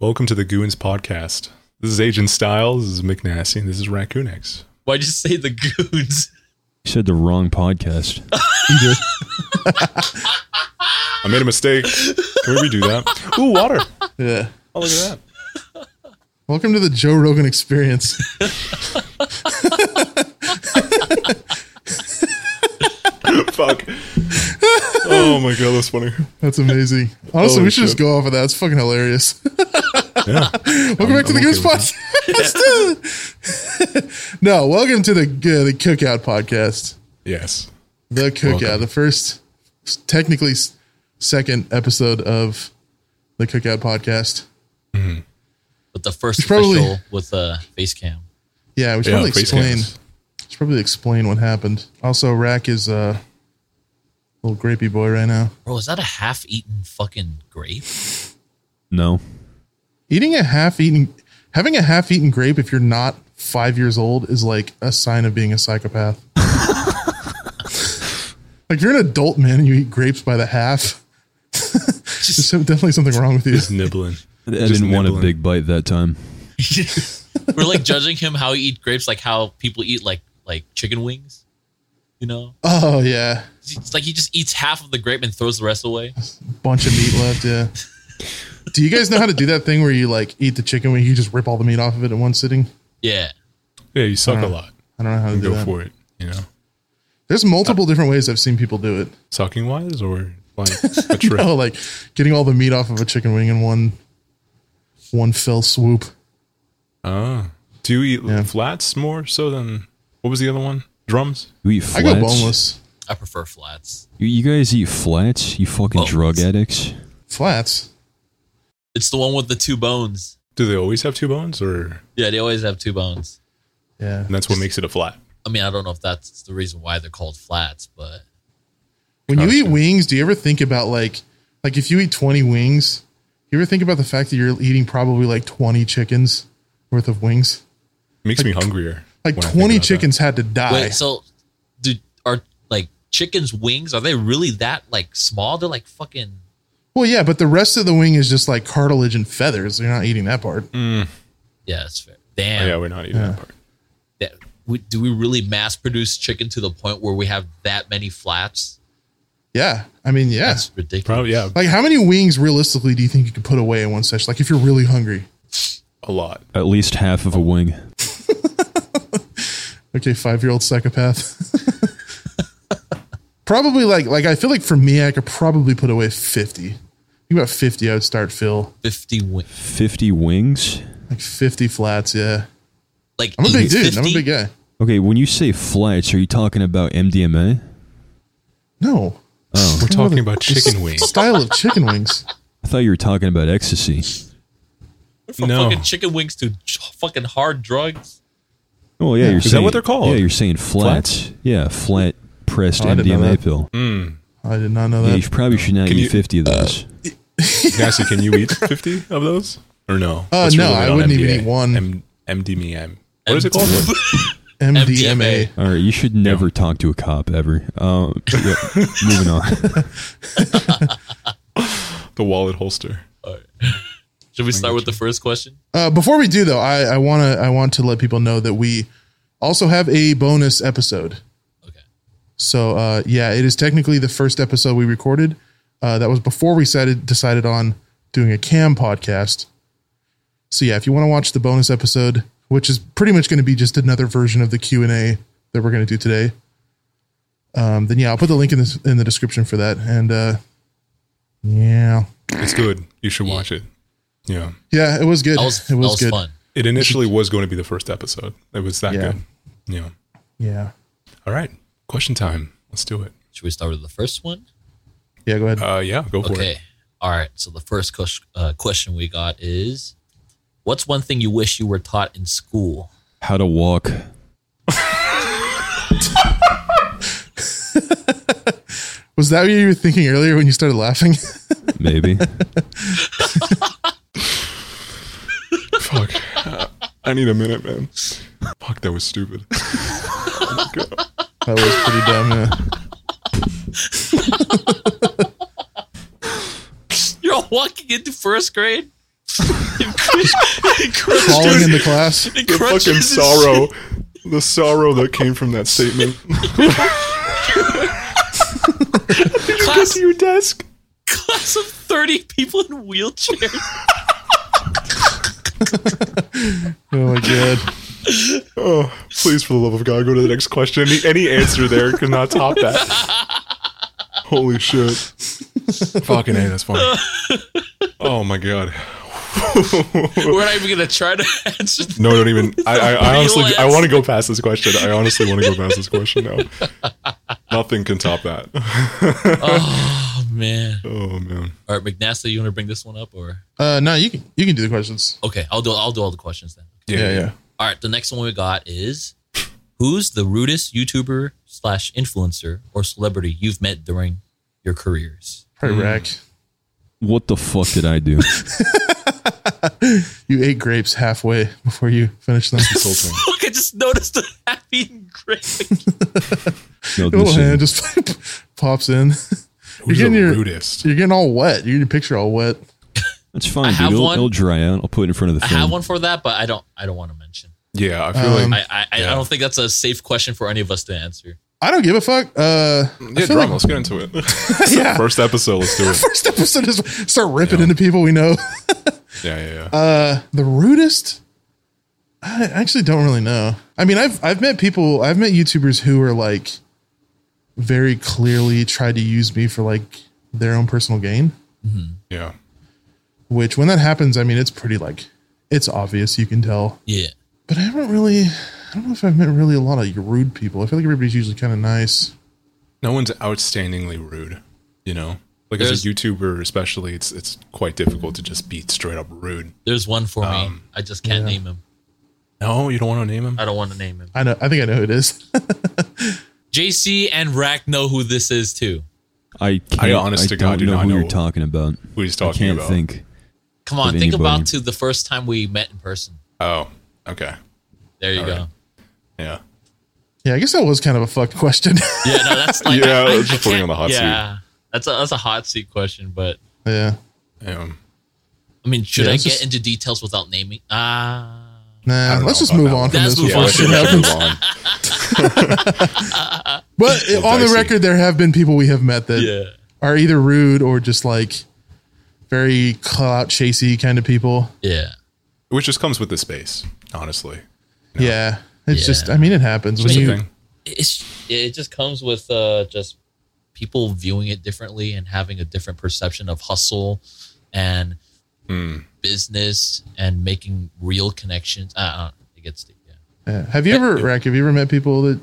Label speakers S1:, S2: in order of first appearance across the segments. S1: Welcome to the Goons Podcast. This is Agent Styles. This is McNasty. And this is Raccoon X.
S2: Why'd you say the goons?
S3: You said the wrong podcast.
S1: I made a mistake. Can we redo that? Ooh, water.
S4: Yeah.
S1: Oh, look at that.
S4: Welcome to the Joe Rogan experience.
S1: Fuck. Oh my god, that's funny.
S4: That's amazing. Honestly,
S1: Holy
S4: we should just
S1: shit.
S4: go off of that. It's fucking hilarious.
S1: Yeah.
S4: welcome back to the
S1: I'm
S4: Goose
S1: okay
S4: Podcast. no, welcome to the uh, the Cookout Podcast.
S1: Yes.
S4: The Cookout,
S1: Welcome.
S4: the first, technically s- second episode of the Cookout Podcast.
S2: But the first
S4: Probably-
S2: official with a face cam.
S4: Yeah, we should
S1: Yeah,
S4: probably
S1: face
S4: explain.
S1: cams.
S4: Should probably explain what happened. Also, Rack is uh, a little grapey boy right now.
S2: Bro, is that a half-eaten fucking grape?
S3: No.
S4: eating a half-eaten having a half-eaten grape if you're not five years old is like a sign of being a psychopath like you're an adult man and you eat grapes by the half there's so- definitely something wrong with you
S1: Just nibbling.
S3: I
S1: Just
S3: didn't want a
S1: nibbling.
S3: big bite that time.
S2: We're like judging him how he eat grapes, like how people eat like like chicken wings. You know,
S4: oh yeah
S2: it's like he just eats half of the grape and throws the rest away.
S4: bunch of meat left yeah do you guys know how to do that thing where you like eat the chicken wing you just rip all the meat off of it in one sitting
S2: Yeah,
S1: Yeah, you
S4: Uh-huh.
S1: suck a lot.
S4: i don't know how to do
S1: Go
S4: that
S1: for it. You know,
S4: there's multiple different ways i've seen people do it
S1: sucking wise or like a trip.
S4: oh like getting all the meat off of a chicken wing in one one fell swoop
S1: Ah. Do you eat
S4: Yeah.
S1: flats more so than what was the other one? Drums?
S3: You eat flats?
S4: I go boneless.
S2: I prefer flats.
S3: You, you guys eat flats? You fucking
S2: Boneless.
S3: drug addicts?
S4: Flats.
S2: It's the one with the two bones.
S1: Do they always have two bones or
S2: Yeah, they always have two bones.
S4: Yeah.
S1: and that's what makes it a flat?
S2: I mean, I don't know if that's the reason why they're called flats, but
S4: When you eat wings, do you ever think about like like if you eat 20 wings, you ever think about the fact that you're eating probably like 20 chickens worth of wings?
S1: Makes me hungrier.
S4: Like
S1: when I think
S4: 20
S1: about that.
S4: chickens had to die.
S2: wait. So, do are like chickens' wings? Are they really that like small? They're like fucking
S4: well, yeah, but the rest of the wing is just like cartilage and feathers. You're not eating that part.
S2: Mm. yeah. That's fair.
S1: Oh,
S2: Damn.
S1: yeah, we're not eating that part.
S2: that we, do we really mass produce chicken to the point where we have that many flats?
S4: Yeah. I mean, yeah.
S2: That's ridiculous.
S1: Probably yeah,
S4: like how many wings realistically do you think you could put away in one session? Like if you're really hungry.
S1: a lot.
S3: At least half of a wing.
S4: Okay, five year old psychopath. probably like like I feel like for me, I could probably put away fifty. Think about fifty, I would start Phil.
S2: 50 wings.
S3: 50 wings?
S4: Like fifty flats, yeah.
S2: Like
S4: I'm a big
S2: eat
S4: dude. I'm a
S2: 50?
S4: big guy.
S3: Okay, when you say flats, are you talking about MDMA?
S4: No.
S1: We're talking about chicken wings.
S4: Style of chicken wings.
S3: I thought you were talking about ecstasy.
S2: From
S1: No.
S2: fucking chicken wings to j- fucking hard drugs.
S3: Oh, yeah, you're
S1: Is that
S3: saying,
S1: what they're called?
S3: Yeah, you're saying flats. Yeah, flat pressed
S4: Oh, I didn't know
S3: MDMA
S4: that.
S3: pill.
S4: I did not know
S3: Yeah,
S4: that.
S3: you should- probably should not
S1: Can
S3: eat
S1: you-
S3: 50 of those.
S1: Nasty, can you eat 50 of those? Or no?
S4: Uh,
S1: That's
S4: no,
S1: really
S4: I
S1: on
S4: wouldn't even
S1: MDA.
S4: eat one.
S1: M- MDMM. What is it called?
S4: MDMA.
S3: All right, you should never talk to a cop ever. Um, yeah, moving on.
S1: the wallet holster.
S2: Should we start with the first question?
S4: Uh, before we do though, I, I wanna I want to let people know that we also have a bonus episode.
S2: Okay.
S4: So uh, yeah, it is technically the first episode we recorded. Uh, that was before we decided decided on doing a cam podcast. So yeah, if you want to watch the bonus episode, which is pretty much going to be just another version of the Q and A that we're going to do today, um, then yeah, I'll put the link in this in the description for that. And uh, yeah,
S1: It's good. You should watch it. Yeah.
S4: yeah, it was good.
S2: That was,
S4: it
S2: that was
S4: good.
S2: fun.
S1: It initially was going to be the first episode. It was that
S4: Yeah.
S1: good. Yeah.
S4: Yeah,
S1: All right. Question time. Let's do it.
S2: Should we start with the first one?
S4: yeah. Go ahead.
S1: Uh, yeah, go for
S2: Okay.
S1: it.
S2: All right. So the first ques- uh, question we got is What's one thing you wish you were taught in school?
S3: How to walk.
S4: Was that what you were thinking earlier when you started laughing?
S3: Maybe.
S1: Fuck. I need a minute, man. Fuck, that was stupid.
S4: that was pretty dumb. Yeah.
S2: You're all walking into first grade?
S4: Falling in the class.
S1: The fucking sorrow, the sorrow that came from that statement. Get
S2: Class,
S1: to your desk.
S2: class of 30 people in wheelchairs.
S4: Oh my god.
S1: Oh, please, for the love of God, go to the next question. Any, any answer there could not top that. Holy shit. Fucking A, that's funny. Oh my God.
S2: We're not even going to try to answer
S1: No, don't even. I, I, I
S2: Real
S1: honestly, I
S2: answer.
S1: want to go past this question. I honestly want to go past this question now. Nothing can top that.
S2: Oh, man.
S1: Oh man.
S2: All right, McNasty, you want to bring this one up? or
S4: Uh, no, you can you can do the questions.
S2: Okay, I'll do, I'll do all the questions then.
S4: Yeah, yeah.
S2: All right, the next one we got is who's the rudest YouTuber slash influencer or celebrity you've met during your careers?
S4: Probably rack.
S3: What the fuck did I do?
S4: You ate grapes halfway before you finished them.
S1: Insulting.
S2: Look, I just noticed the happy and great.
S3: No,
S4: Your little
S3: this
S4: hand
S3: is-
S4: just pops in.
S1: Who's the
S4: You're getting your-
S1: rudest?
S4: You're getting all wet. You're getting your picture all wet.
S3: That's
S2: I
S3: fine, dude.
S2: have
S3: It'll,
S2: one.
S3: it'll dry out. I'll put it in front of the
S2: I
S3: film.
S2: have one for that, but I don't. I don't want to mention.
S1: Yeah, I feel
S4: Um,
S1: like
S2: I I, I
S1: Yeah.
S2: don't think that's a safe question for any of us to answer.
S4: I don't give a fuck. Uh, I
S1: yeah.
S4: feel
S1: Drama.
S4: like-
S1: Let's get into it.
S4: yeah.
S1: First episode. Let's do it.
S4: First episode is start ripping into people we know.
S1: Yeah, yeah, yeah.
S4: Uh, the rudest. I actually don't really know. I mean, I've I've met people. I've met YouTubers who are like very clearly tried to use me for like their own personal gain.
S1: yeah.
S4: Which, when that happens, I mean, it's pretty like it's obvious. You can tell.
S2: Yeah.
S4: But I haven't really. I don't know if I've met really a lot of rude people. I feel like everybody's usually kind of nice.
S1: No one's outstandingly rude. You know, like as
S2: There's-
S1: a YouTuber, especially, it's it's quite difficult to just be straight up rude.
S2: There's one for me.
S1: Um,
S2: I just can't name him.
S1: No, you don't want to name him.
S2: I don't want to name him.
S4: I know. I think I know who it is.
S2: JC and Rack know who this is too.
S3: I can't. I,
S1: honest to
S3: don't
S1: God do
S3: know
S1: not
S3: who
S1: know
S3: you're talking about.
S1: Who he's
S3: I
S1: talking
S3: can't
S1: about?
S3: think.
S2: Come on,
S3: Of
S2: think about
S3: anybody.
S2: to the first time we met in person.
S1: Oh, okay.
S2: There you go.
S1: Yeah.
S4: yeah, I guess that was kind of a fucked question.
S2: Yeah, no, that's like
S1: Yeah,
S2: I- I-
S1: let's
S2: I
S1: just put him
S2: can't-
S1: on the hot seat.
S2: yeah, that's a that's a hot seat question, but
S4: yeah.
S1: Um,
S2: I mean, should
S4: Yeah,
S2: I
S4: let's
S2: get
S4: just-
S2: into details without naming? Ah,
S1: I
S4: Nah,
S1: don't
S4: let's
S1: know
S4: just
S1: about
S4: move
S1: that
S4: on
S1: one.
S4: from
S2: Let's
S4: this.
S2: move
S4: one.
S1: yeah,
S2: on.
S1: let's just move on.
S4: But
S1: little
S4: on the
S1: dicey.
S4: record, there have been people we have met that
S2: yeah,
S4: are either rude or just like very clout chasey kind of people.
S2: yeah.
S1: Which just comes with the space, honestly.
S4: Yeah, it's
S2: Yeah.
S4: just. I mean, it happens when
S1: It's a
S4: you.
S1: thing.
S2: It's it just comes with uh, just people viewing it differently and having a different perception of hustle and business and making real connections. Uh, uh, it gets deep. Yeah.
S4: Yeah. Have you ever, Rack? Have you ever met people that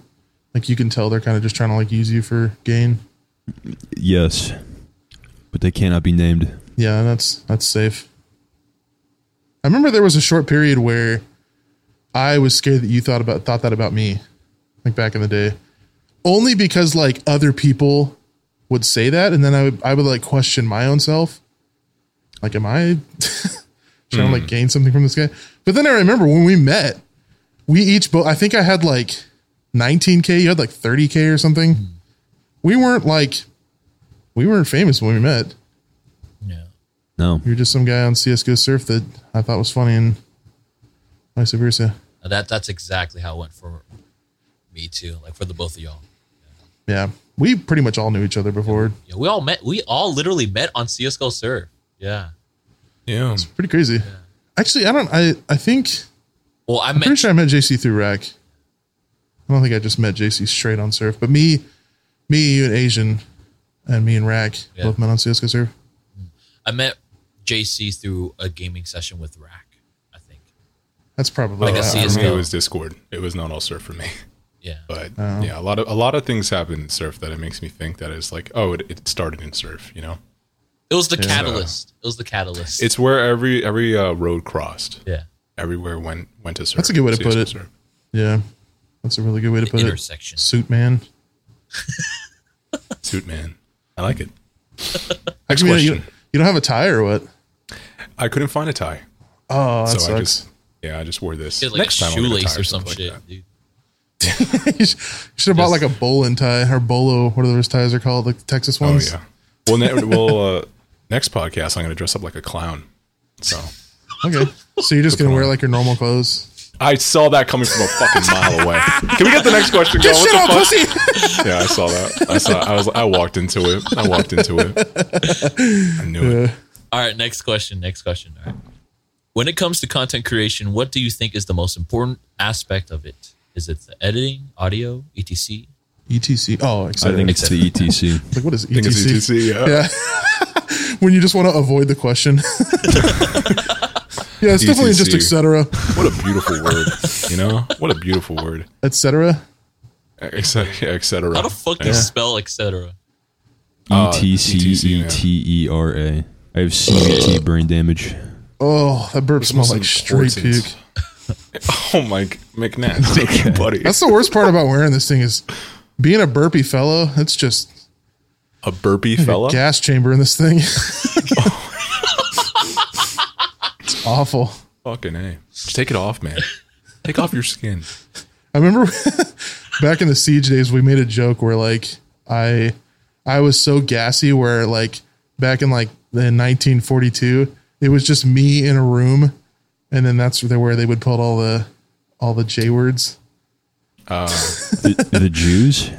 S4: like you can tell they're kind of just trying to like use you for gain?
S3: Yes, but they cannot be named.
S4: Yeah, that's that's safe. I remember there was a short period where I was scared that you thought about thought that about me, like back in the day, only because like other people would say that, and then I would I would like question my own self, like am I trying to like gain something from this guy? But then I remember when we met, we each both I think I had like 19k, you had like 30k or something. We weren't like we weren't famous when we met.
S2: Yeah.
S3: No,
S4: You're just some guy on CSGO Surf that I thought was funny and vice versa.
S2: Now That that's exactly how it went for me too. Like for the both of y'all.
S4: Yeah. We pretty much all knew each other before.
S2: Yeah, we all met. We all literally met on CS:GO Surf. Yeah.
S1: Yeah.
S4: Pretty crazy. Actually, I don't I I think
S2: Well, I
S4: pretty
S2: met
S4: sure I met JC through Rack. I don't think I just met JC straight on Surf, but me me, you and Asian and me and Rack
S2: Yeah.
S4: both met on CSGO Surf.
S2: I met JC through a gaming session with Rack. I think.
S4: That's probably
S2: Like a
S4: how I
S1: For
S2: CS:GO.
S1: me,
S4: remember.
S1: it was Discord. It was not all surf for me.
S2: Yeah.
S1: But
S2: Oh.
S1: yeah, a lot of a lot of things happen in surf that it makes me think that it's like, oh, it, it started in surf. You know,
S2: It was the catalyst. It was the catalyst.
S1: it's where every every uh, road crossed,
S2: yeah.
S1: everywhere went went to surf.
S4: That's a good way to put
S1: CS:GO
S4: it. Yeah. That's a really good way to put it.
S2: intersection.
S4: Suit man.
S1: Suit man, I like it.
S4: Next You,
S1: question.
S4: you don't have a tie or what?
S1: I couldn't find a tie,
S4: Oh, that
S1: so I
S4: sucks.
S1: just yeah, I just wore this.
S2: It was like
S1: Next
S2: a
S1: time, I'll get a
S2: shoelace
S1: tie
S2: or some
S1: something
S2: shit.
S1: like that.
S2: dude.
S4: you should have bought like a bowling tie or bolo, what are those ties are called, like the Texas
S1: Oh
S4: ones.
S1: yeah. Well, ne- well, uh, next podcast I'm going to dress up like a clown. So
S4: Okay. So you're just gonna wear like your normal clothes.
S1: I saw that coming from a fucking mile away. Can we get the next question going? What the fuck? Yeah, I saw that. I saw. I was. I walked into it. I walked into it. I knew it.
S2: All right, next question. Next question. All right. When it comes to content creation, what do you think is the most important aspect of it? Is it the editing, audio, etc.?
S1: E
S4: ETC. Oh,
S3: I
S4: etc.
S3: think it's the E ETC.
S4: like what is
S1: I think it's E
S4: ETC?
S1: ETC. Yeah.
S4: Yeah. when you just want to avoid the question. yeah, it's definitely just
S1: DTC.
S4: etc.
S1: What a beautiful word. You know. What a beautiful word. E,
S4: etc.
S1: Etc.
S2: How the fuck do you spell etc.?
S3: E
S1: Uh, ETC, yeah.
S3: E-T-C-E-T-E-R-A. E I have
S1: E
S3: CVT brain damage.
S4: Oh, that burp smells like straight
S1: important.
S4: puke.
S1: Oh my McNasty, buddy.
S4: That's the worst part about wearing this thing is being a burpy fellow. It's just
S1: a burpy fella.
S4: gas chamber in this thing. it's awful.
S1: Fucking a. Just take it off, man. Take off your skin.
S4: I remember back in the siege days, we made a joke where like I I was so gassy where like back in like the 1942, it was just me in a room, and then that's where they, where they would put all the all the J words.
S3: The, the Jews?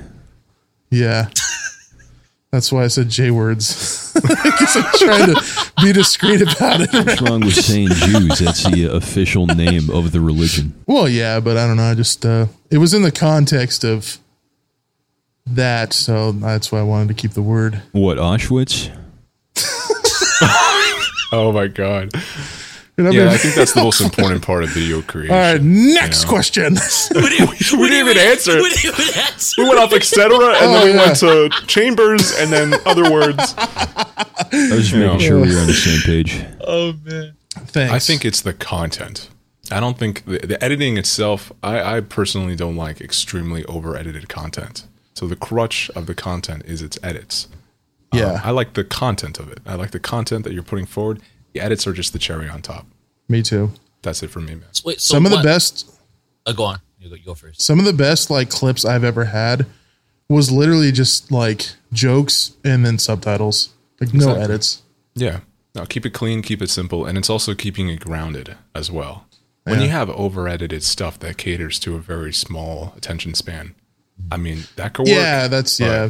S4: Yeah. That's why I said J words. Because I'm trying to be discreet about it.
S3: What's wrong with saying Jews? That's the uh, official name of the religion.
S4: Well, yeah, but I don't know. I just uh, it was in the context of that, so that's why I wanted to keep the word.
S3: What, Auschwitz?
S1: Oh my god.
S4: And I've
S1: Yeah,
S4: been-
S1: I think that's the most important part of video creation.
S4: all right, next
S1: Yeah.
S4: question.
S1: We didn't even answer.
S2: We didn't even answer.
S1: We went off etc. and
S4: Oh,
S1: then we
S4: yeah.
S1: went to chambers and then other words.
S3: I was just
S1: Yeah.
S3: making sure we were on the same page.
S2: Oh man.
S4: Thanks.
S1: I think it's the content. I don't think the, the editing itself. I, I personally don't like extremely over edited content. So the crutch of the content is its edits.
S4: yeah,
S1: I like the content of it. I like the content that you're putting forward. The edits are just the cherry on top.
S4: me too.
S1: That's it for me, man.
S2: Wait, so
S4: Some of
S2: what-
S4: the best
S2: Oh, go on. You go, you go first.
S4: some of the best like clips I've ever had was literally just like jokes and then subtitles. Like no
S1: Exactly.
S4: edits.
S1: Yeah. No, keep it clean, keep it simple, and it's also keeping it grounded as well. When
S4: Yeah.
S1: you have over edited stuff that caters to a very small attention span, I mean that could work.
S4: yeah, that's
S1: but-
S4: yeah.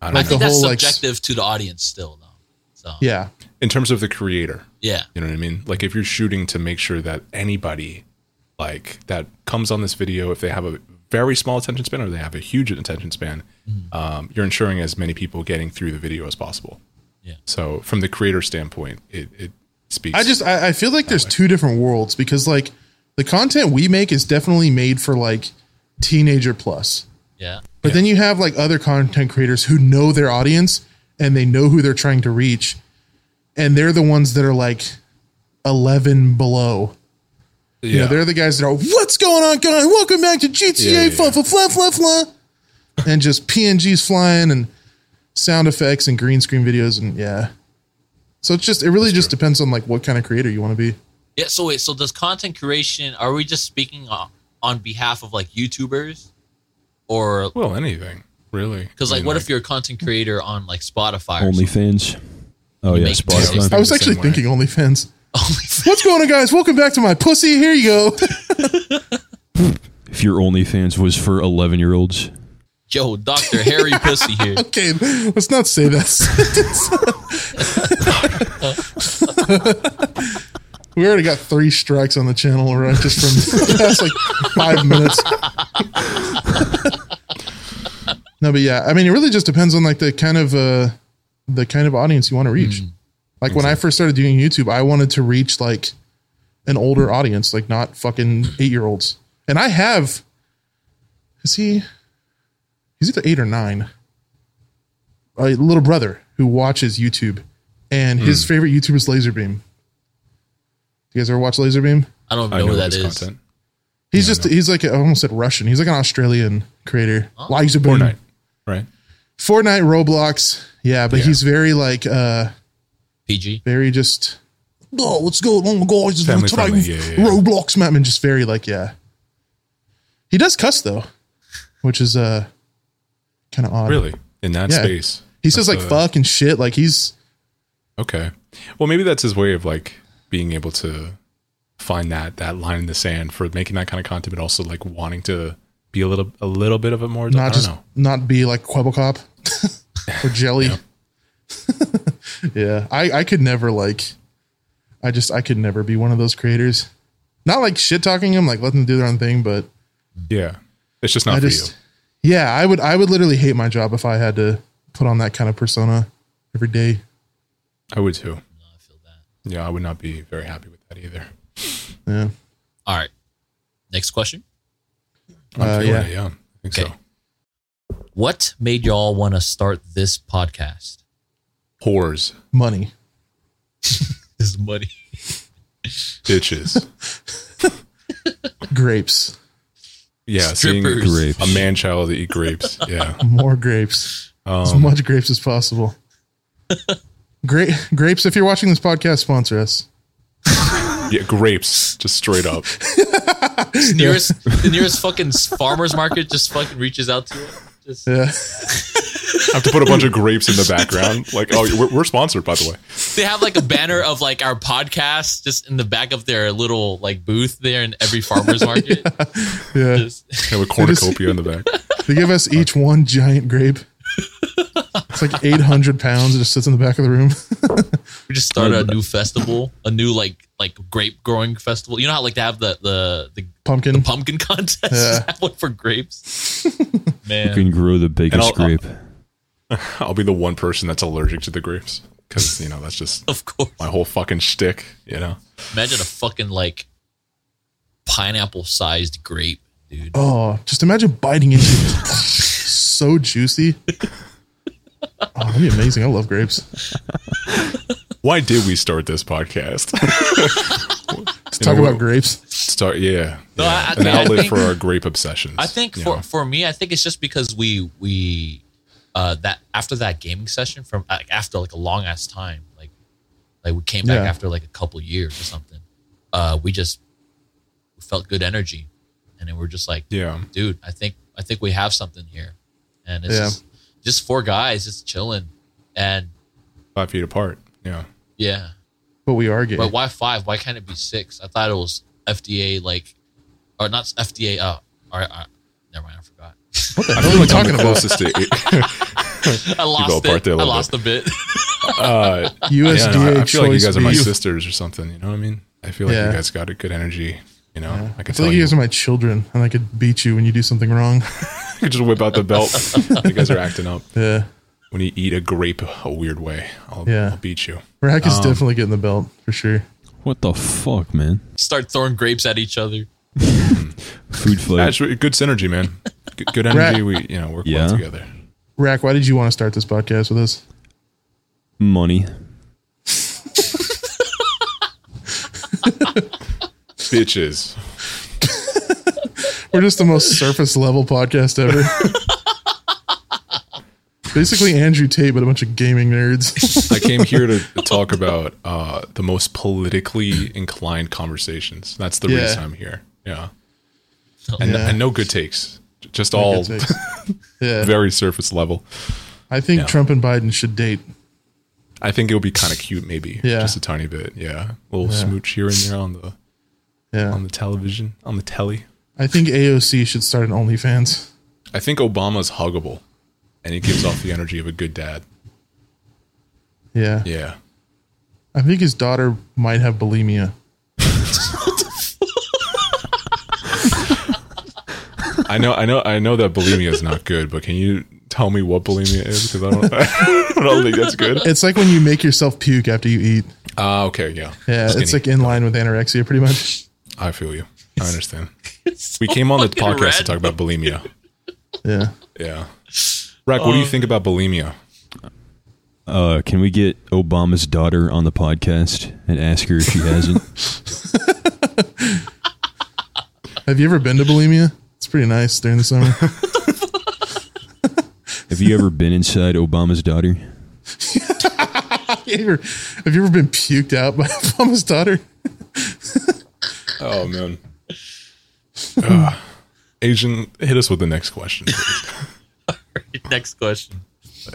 S1: I
S2: I
S1: don't know.
S2: think that's
S4: whole, like,
S2: subjective to the audience still though. So
S4: Yeah.
S1: In terms of the creator,
S2: Yeah.
S1: You know what I mean? Like if you're shooting to make sure that anybody like that comes on this video, if they have a very small attention span or they have a huge attention span,
S4: Mm-hmm.
S1: um, you're ensuring as many people getting through the video as possible.
S2: Yeah.
S1: So from the creator standpoint, it, it speaks.
S4: I just I, I feel like there's two different worlds because like the content we make is definitely made for like teenager plus.
S2: Yeah.
S4: But then you have like other content creators who know their audience and they know who they're trying to reach. And they're the ones that are like 11 below. You know, they're the guys that are, what's going on, guy? Welcome back to GTA
S1: Yeah, yeah,
S4: fla, fla, fla, fla, fla. and just PNGs flying and sound effects and green screen videos. And yeah. So it's just, it really just depends on like what kind of creator you want to be.
S2: Yeah. So wait. So does content creation? Are we just speaking on, on behalf of like YouTubers, or
S1: Well, anything really.
S2: because
S1: I
S2: like,
S1: mean,
S2: what if you're a content creator on like Spotify? Or something?
S3: OnlyFans? Oh, yeah,
S2: make
S3: Spotify.
S4: I was
S1: the
S4: actually
S1: same way.
S4: thinking OnlyFans.
S2: OnlyFans.
S4: What's going on, guys? Welcome back to my pussy. Here you go.
S3: If your OnlyFans was for 11 year olds,
S2: Yo, Doctor Harry Pussy here.
S4: Okay, let's not say that sentence. we already got three strikes on the channel, right? Just from the past like five minutes. no, but yeah, I mean, it really just depends on like the kind of uh, the kind of audience you want to reach. Like when I first started doing YouTube, I wanted to reach like an older audience, like not fucking eight year olds. And I have. Is he? He's either eight or nine a little brother who watches YouTube, and
S1: Hmm.
S4: his favorite YouTuber is Laserbeam. You guys ever watch Laserbeam?
S2: I don't even
S1: I
S2: know,
S1: know
S2: what that
S1: this
S2: is.
S1: content.
S4: He's just he's like a, I almost said Russian. He's like an Australian creator. Laserbeam,
S1: Oh. Fortnite, right?
S4: Fortnite, Roblox. Yeah, but
S1: Yeah.
S4: he's very like uh
S2: PG.
S4: very just. Oh, what's going on, guys?
S1: Family
S4: Tonight
S1: friendly,
S4: with
S1: yeah, yeah, yeah.
S4: Roblox, man, and just very like yeah. He does cuss though, which is uh kind of odd.
S1: Really in that
S4: Yeah.
S1: space.
S4: He says like
S1: uh,
S4: fuck and shit. Like he's
S1: Okay. Well, maybe that's his way of like being able to find that that line in the sand for making that kind of content, but also like wanting to be a little a little bit of a more. I
S4: Not
S1: don't
S4: just
S1: know.
S4: not be like Quabblecop or Jelly. yeah, I I could never like. I just I could never be one of those creators. Not like shit talking them, like let them do their own thing, but
S1: Yeah, it's just not
S4: I
S1: for
S4: just yeah, I would I would literally hate my job if I had to put on that kind of persona every day.
S1: you. I would too.
S2: No, I feel that.
S1: Yeah, I would not be very happy with that either.
S4: Yeah.
S2: All right. Next question.
S1: I'm
S4: Uh,
S1: feeling
S4: yeah.
S1: it, yeah, I think
S2: Okay.
S1: so.
S2: What made y'all want to start this podcast?
S1: Whores,
S4: Money.
S2: This money.
S1: bitches,
S4: Grapes.
S1: yeah, seeing
S2: Strippers.
S3: Grapes.
S1: a man child to eat grapes. Yeah,
S4: More grapes. As
S1: um,
S4: much grapes as possible. Great grapes, if you're watching this podcast, sponsor us.
S1: yeah, grapes, just straight up.
S2: nearest the nearest fucking farmers market just fucking reaches out to you. Just
S4: Yeah.
S1: I have to put a bunch of grapes in the background. Like, oh, we're, we're sponsored, by the way.
S2: they have like a banner of like our podcast just in the back of their little like booth there in every farmers market.
S4: Yeah.
S2: Just-
S1: They have a cornucopia in the back.
S4: They give us each one giant grape. It's like 800 pounds. It just sits in the back of the room.
S2: we just started a new festival, a new like like grape growing festival. You know how like they have the the the
S4: Pumpkin.
S2: pumpkin contest
S4: Yeah.
S2: Have one for grapes.
S3: You
S2: Man,
S3: can grow the
S1: And I'll-
S3: biggest grape.
S1: I'll be the one person that's allergic to the grapes because you know that's just
S2: of course.
S1: my whole fucking shtick. You know,
S2: Imagine a fucking like pineapple sized grape, dude.
S4: Oh, just imagine biting into it. so juicy. Oh, that'd be amazing. I love grapes.
S1: why did we start this podcast?
S4: Let's talk
S1: we'll-
S4: about grapes.
S1: Start, yeah,
S2: No,
S1: yeah.
S2: I- I
S1: an
S2: think- I
S1: outlet
S2: think-
S1: for our grape obsessions.
S2: I think
S1: you
S2: for,
S1: know.
S2: for me, I think it's just because we we uh that after that gaming session from like, after like a long ass time, like like we came back
S4: Yeah.
S2: after like a couple years or something. Uh, we just felt good energy, and then we're just like,
S1: yeah,
S2: dude, I think I think we have something here, and it's
S4: Yeah.
S2: just, just four guys just chilling, and
S1: five feet apart. Yeah,
S2: yeah.
S4: But we are gay.
S2: But why five? Why can't it be six? I thought it was FDA like, or not FDA. Uh, all right, all right. never mind. I forgot.
S4: what the
S1: I
S4: hell are
S1: feel
S4: you
S1: like I'm
S4: talking
S1: the
S4: about?
S1: closest to
S2: I lost
S1: apart
S2: it.
S1: there
S2: I
S1: a little
S2: lost a bit.
S1: uh,
S4: USDA
S1: yeah, no, I, I
S4: choice
S1: feel like you guys are my
S4: beef.
S1: sisters or something. You know what I mean? I feel like
S4: Yeah.
S1: you guys got a good energy. You know, I
S4: I
S1: can
S4: feel
S1: tell
S4: like you
S1: you,
S4: guys are my children, and I could beat you when you do something wrong.
S1: you just whip out the belt. you guys are acting up.
S4: Yeah,
S1: When you eat a grape a weird way, I'll,
S4: Yeah.
S1: I'll beat you.
S4: Rack
S1: Um,
S4: is definitely getting the belt for sure.
S3: What the fuck, man?
S2: Start throwing grapes at each other.
S3: Food
S1: Yeah,
S3: fight.
S1: it's re- good synergy, man. Good, good energy.
S4: Right.
S1: We you know work
S3: Yeah.
S1: well together.
S4: Rack, why did you want to start this podcast with us?
S3: Money.
S1: Bitches.
S4: We're just the most surface level podcast ever. Basically, Andrew Tate, but a bunch of gaming nerds.
S1: I came here to talk about uh, the most politically inclined conversations. That's the
S4: Yeah.
S1: reason I'm here. Yeah. And,
S4: Yeah.
S1: and no good takes. J- Just all
S4: yeah,
S1: very surface level.
S4: I think
S1: Yeah.
S4: Trump and Biden should date.
S1: I think it would be kind of cute, maybe.
S4: Yeah.
S1: Just a tiny bit. Yeah. A little smooch here and there on the
S4: Yeah,
S1: on the television, on the telly.
S4: I think AOC should start an OnlyFans.
S1: I think Obama's huggable and he gives off the energy of a good dad.
S4: Yeah.
S1: Yeah.
S4: I think his daughter might have bulimia.
S1: I know, I know, I know that bulimia is not good, but can you tell me what bulimia is? Because I don't, I don't think that's good.
S4: It's like when you make yourself puke after you eat.
S1: Ah, okay, yeah,
S4: Yeah,
S1: Skinny.
S4: it's like in line with anorexia, pretty much.
S1: I feel you. I understand. we came on the
S2: fucking
S1: podcast to
S2: red.
S1: talk about bulimia.
S4: Yeah.
S1: Yeah, Rack, what do you think about bulimia?
S3: Uh, can we get Obama's daughter on the podcast and ask her if she hasn't?
S4: Have you ever been to bulimia? It's pretty nice during the summer.
S3: Have you ever been inside Obama's daughter?
S4: have, you ever, have you ever been puked out by Obama's daughter?
S1: Oh man. Ugh. Ah. Asian, hit us with the next question. please.
S2: Next question.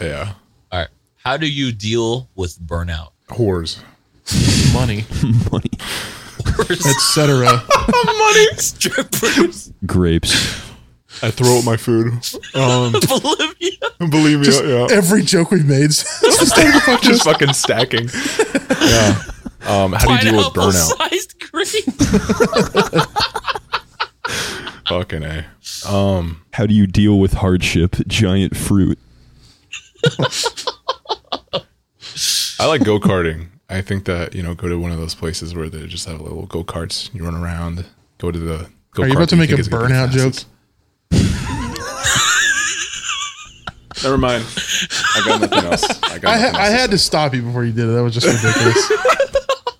S1: Yeah,
S2: All right. How do you deal with burnout?
S1: whores.
S4: Money.
S3: Money.
S2: strippers,
S4: etc.
S2: strippers,
S3: Grapes.
S1: I throw up my food. Um,
S2: Bolivia.
S1: believe me, yeah.
S4: Every joke we've made.
S1: just fucking stacking. Yeah. Um, how do you deal with burnout?
S2: Sized green.
S1: Fucking a. Um,
S3: How do you deal with hardship? Giant fruit.
S1: I like go karting. I think that you know, go to one of those places where they just have little go karts. You run around. Go to the. Go
S4: Are you about to make a burnout joke?
S1: Never mind. I got nothing else. I, got
S4: I, ha-
S1: nothing
S4: I
S1: else.
S4: had to stop you before you did it. That was just ridiculous.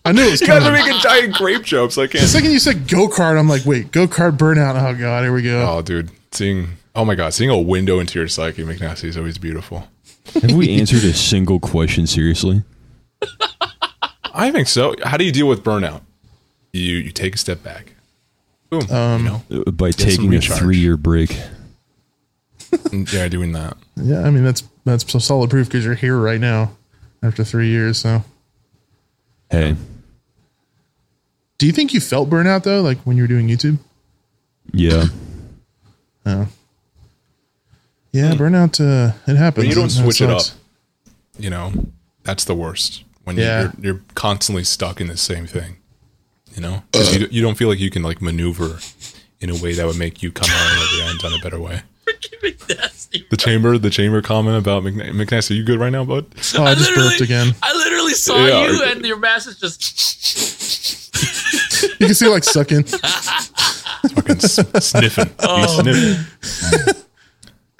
S4: I knew it was
S1: You guys are
S4: coming.
S1: making giant grape jokes. I
S4: The
S1: can't.
S4: second you said go kart, I'm like, wait, go kart burnout. Oh god, here we go.
S1: Oh, dude, seeing. Oh my god, seeing a window into your psyche, McNasty, is always beautiful.
S3: Have we answered a single question seriously?
S1: I think so. How do you deal with burnout? You you take a step back. Boom.
S4: Um,
S1: you know,
S3: Uh, By
S1: some
S3: taking a
S1: recharge.
S3: three year break.
S1: And, yeah, doing that.
S4: Yeah, I mean that's that's so solid proof because you're here right now after three years. So,
S3: Hey,
S4: do you think you felt burnout though, like when you were doing YouTube?
S3: yeah.
S4: Yeah, burnout. Uh, it happens.
S1: When Hmm. you don't
S4: That
S1: switch it up,
S4: sucks.
S1: you know, that's the worst. When
S4: Yeah.
S1: you're, you're constantly stuck in the same thing, you know, 'Cause you, you don't feel like you can like maneuver in a way that would make you come out at the end on a better way. The chamber, the chamber comment about McNa- McNasty. You good right now, bud?
S4: Oh, I just burped again.
S2: I literally saw
S1: Yeah.
S2: you and your mask is just
S4: You can see like sucking.
S1: Fucking s- sniffing. He's sniffing.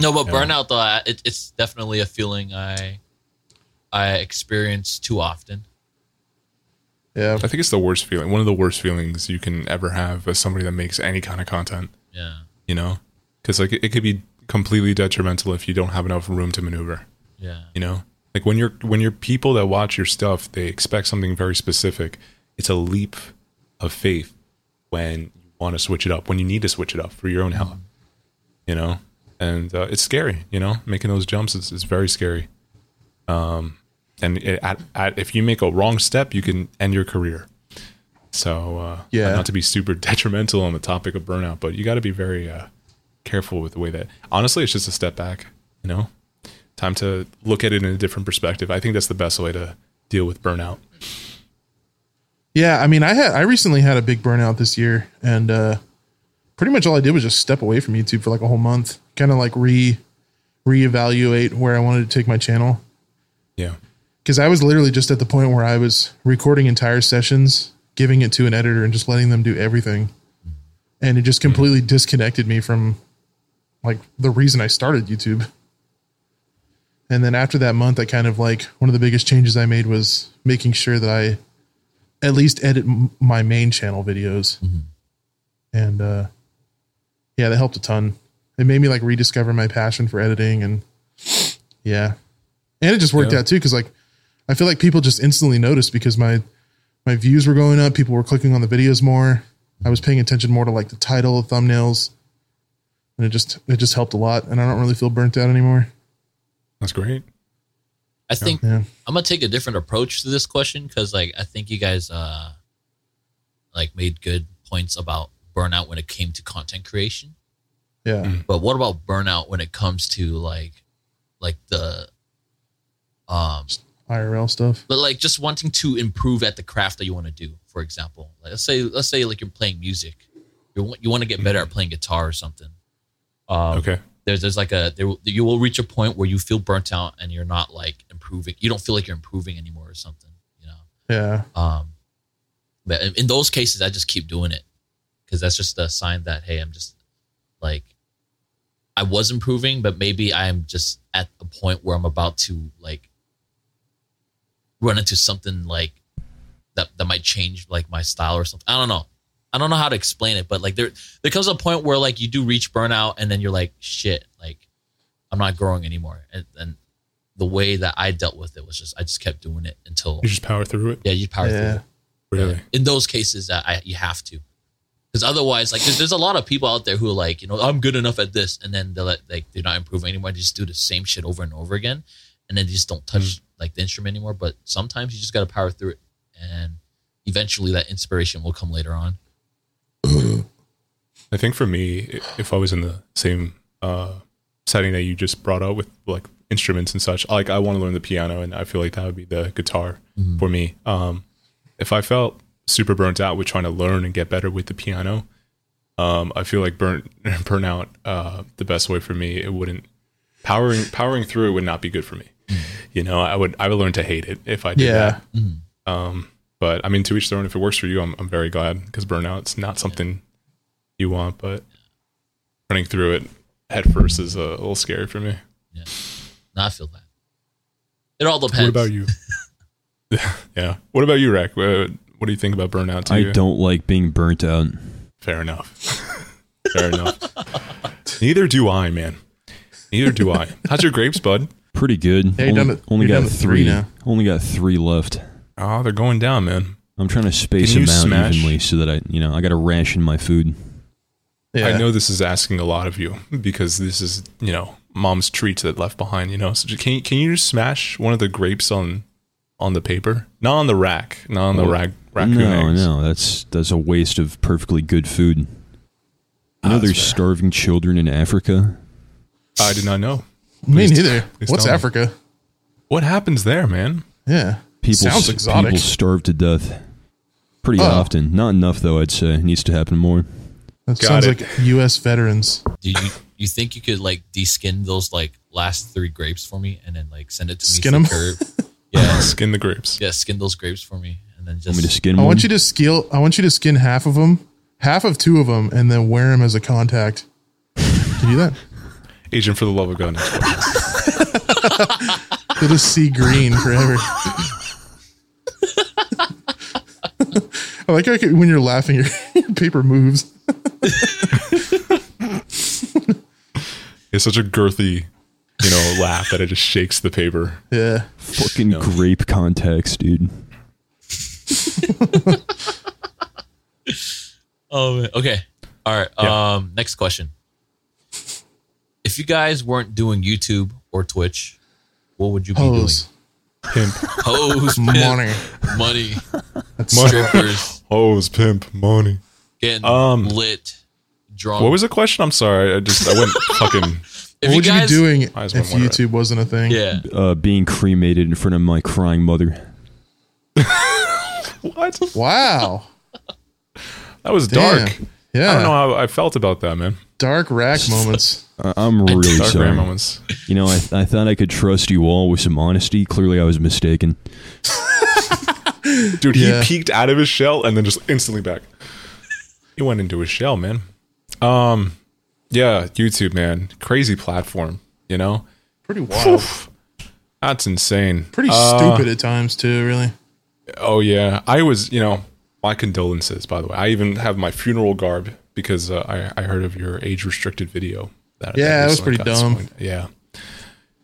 S2: no. But burnout though, I- it, it's definitely a feeling I I experience too often.
S4: Yeah,
S1: I think it's the worst feeling. One of the worst feelings you can ever have as somebody that makes any kind of content.
S2: Yeah,
S1: you know because like it, it could be completely detrimental if you don't have enough room to maneuver
S2: yeah,
S1: you know like when you're when you're people that watch your stuff they expect something very specific it's a leap of faith when you want to switch it up when you need to switch it up for your own health you know and uh, it's scary you know making those jumps is, is very scary um and it, at, at, if you make a wrong step you can end your career so uh
S4: Yeah.
S1: not to be super detrimental on the topic of burnout but you got to be very uh careful with the way that honestly it's just a step back you know time to look at it in a different perspective i think that's the best way to deal with burnout
S4: yeah. I mean, I had I recently had a big burnout this year, and uh, pretty much all I did was just step away from YouTube for like a whole month, kind of like re reevaluate where I wanted to take my channel.
S1: yeah
S4: because I was literally just at the point where I was recording entire sessions, giving it to an editor, and just letting them do everything. And it just completely disconnected me from like the reason I started YouTube. And then after that month, I kind of like one of the biggest changes I made was making sure that I at least edit m- my main channel videos. And uh, yeah, that helped a ton. It made me like rediscover my passion for editing and yeah. And it just worked
S1: Yeah.
S4: out too because like I feel like people just instantly noticed because my my views were going up. People were clicking on the videos more. I was paying attention more to like the title, thumbnails, and it just it just helped a lot. And I don't really feel burnt out anymore.
S1: that's great
S2: I think
S4: Yeah.
S2: I'm gonna take a different approach to this question because, like, I think you guys uh like made good points about burnout when it came to content creation.
S4: Yeah.
S2: But what about burnout when it comes to like, like the, um,
S4: IRL stuff.
S2: but like just wanting to improve at the craft that you want to do. For example, Like, let's say let's say like you're playing music, you want you want to get better at playing guitar or something. Um,
S1: okay
S2: there's there's like a there will- you will reach a point where you feel burnt out and you're not like improving. You don't feel like you're improving anymore or something. You know.
S4: Yeah.
S2: Um, but in, in those cases, I just keep doing it because that's just a sign that hey, I'm just like I was improving, but maybe I'm just at a point where I'm about to like run into something like that that might change like my style or something. I don't know. I don't know how to explain it, but like there there comes a point where like you do reach burnout and then you're like shit, like I'm not growing anymore. And, and the way that I dealt with it was just I just kept doing it until
S1: you just power through it
S2: yeah, you power
S4: Yeah.
S2: through.
S1: really
S2: In those cases, uh, I, I you have to, because otherwise, like, there's, there's a lot of people out there who are like, you know, I'm good enough at this, and then they're like, like they're not improving anymore. They just do the same shit over and over again,
S1: Mm-hmm.
S2: and then they just don't touch like the instrument anymore. But sometimes you just got to power through it, and eventually that inspiration will come later on.
S1: I think for me, i- if I was in the same uh, setting that you just brought up with like instruments and such, like I want to learn the piano, and I feel like that would be the guitar for me. Um, if I felt super burnt out with trying to learn and get better with the piano, um, I feel like burnt burnout uh, the best way for me. It wouldn't powering powering through it would not be good for me. You know, I would I would learn to hate it if I did that.
S4: Yeah.
S1: Um, but I mean, to each their own. If it works for you, I'm, I'm very glad because burnout's not something you want, but running through it head first is a little scary for me.
S2: Now I feel that. It all depends.
S1: What about you? yeah. What about you, Rack? What, what do you think about burnout? To
S3: I
S1: you?
S3: don't like being burnt out.
S1: Fair enough. Fair enough. Neither do I, man. Neither do I. How's your grapes, bud?
S3: Pretty good.
S4: Yeah, you're
S3: only
S4: down to-
S3: only
S4: you're
S3: got
S4: down to three now.
S3: Only got three left.
S1: Oh, they're going down, man.
S3: I'm trying to space
S1: Can you
S3: them out
S1: smash?
S3: evenly so that I, you know, I got to ration my food.
S4: Yeah.
S1: I know this is asking a lot of you because this is, you know, mom's treats that left behind, you know. So can you, can you just smash one of the grapes on on the paper? Not on the rack, not on the rack raccoon
S3: no,
S1: eggs.
S3: no, that's that's a waste of perfectly good food. You know,
S1: Ah, that's
S3: there's
S1: fair.
S3: starving children in Africa.
S1: I did not know.
S4: Me neither.
S1: please
S4: What's
S1: tell me.
S4: Africa?
S1: What happens there, man?
S4: Yeah.
S3: People
S4: Sounds
S3: s-
S4: exotic.
S3: People starve to death pretty
S4: Oh.
S3: often. Not enough though. I'd say it needs to happen more.
S4: That
S1: Got
S4: sounds
S1: it.
S4: like U.S. veterans.
S2: Do you you think you could like deskin those like last three grapes for me and then like send it to me?
S4: Skin
S2: through
S4: 'em?
S2: Curve? Yeah, s-
S1: Skin the grapes.
S2: yeah. Skin those grapes for me and then
S3: Want
S2: just,
S3: me to skin
S4: I
S3: one?
S4: want you to skill. I want you to skin half of them, half of two of them, and then wear them as a contact. Can you do that?
S1: Agent for the love of God. next question.
S4: They'll just see green forever. I like how I could- when you're laughing, your paper moves.
S1: It's such a girthy, you know, laugh that it just shakes the paper.
S4: Yeah.
S3: fucking grape contacts, dude.
S2: Oh man. Okay. All right. Um. Next question. If you guys weren't doing YouTube or Twitch, what would you be
S4: Pose.
S1: Pimp.
S2: doing? Hose, money,
S4: Oh, Money.
S2: money,
S1: Money.
S2: strippers,
S1: Hose, pimp, money.
S2: getting
S1: Um,
S2: lit, drunk.
S1: What was the question? I'm sorry. I just, I went fucking.
S2: If
S4: What would you be doing if
S1: Might as well wonder it.
S4: YouTube wasn't a thing?
S2: Yeah.
S3: Uh, being cremated in front of my crying mother.
S1: What?
S4: Wow.
S1: That was
S4: Damn.
S1: dark.
S4: Yeah.
S1: I don't know how I felt about that, man.
S4: Dark rack moments.
S3: I- I'm really
S1: Dark
S3: sorry.
S1: rare moments.
S3: You know, I, I thought I could trust you all with some honesty. Clearly, I was mistaken.
S1: Dude,
S4: Yeah.
S1: he peeked out of his shell and then just instantly back. He went into his shell, man. Um, yeah, YouTube, man, crazy platform. You know,
S4: Pretty wild.
S1: Oof. that's insane.
S4: Pretty
S1: Uh,
S4: stupid at times too. Really.
S1: Oh yeah, I was. You know, my condolences. By the way, I even have my funeral garb because uh, I I heard of your age restricted video. That,
S4: Yeah, that was
S1: recently
S4: pretty
S1: got
S4: dumb.
S1: spoiled. Yeah,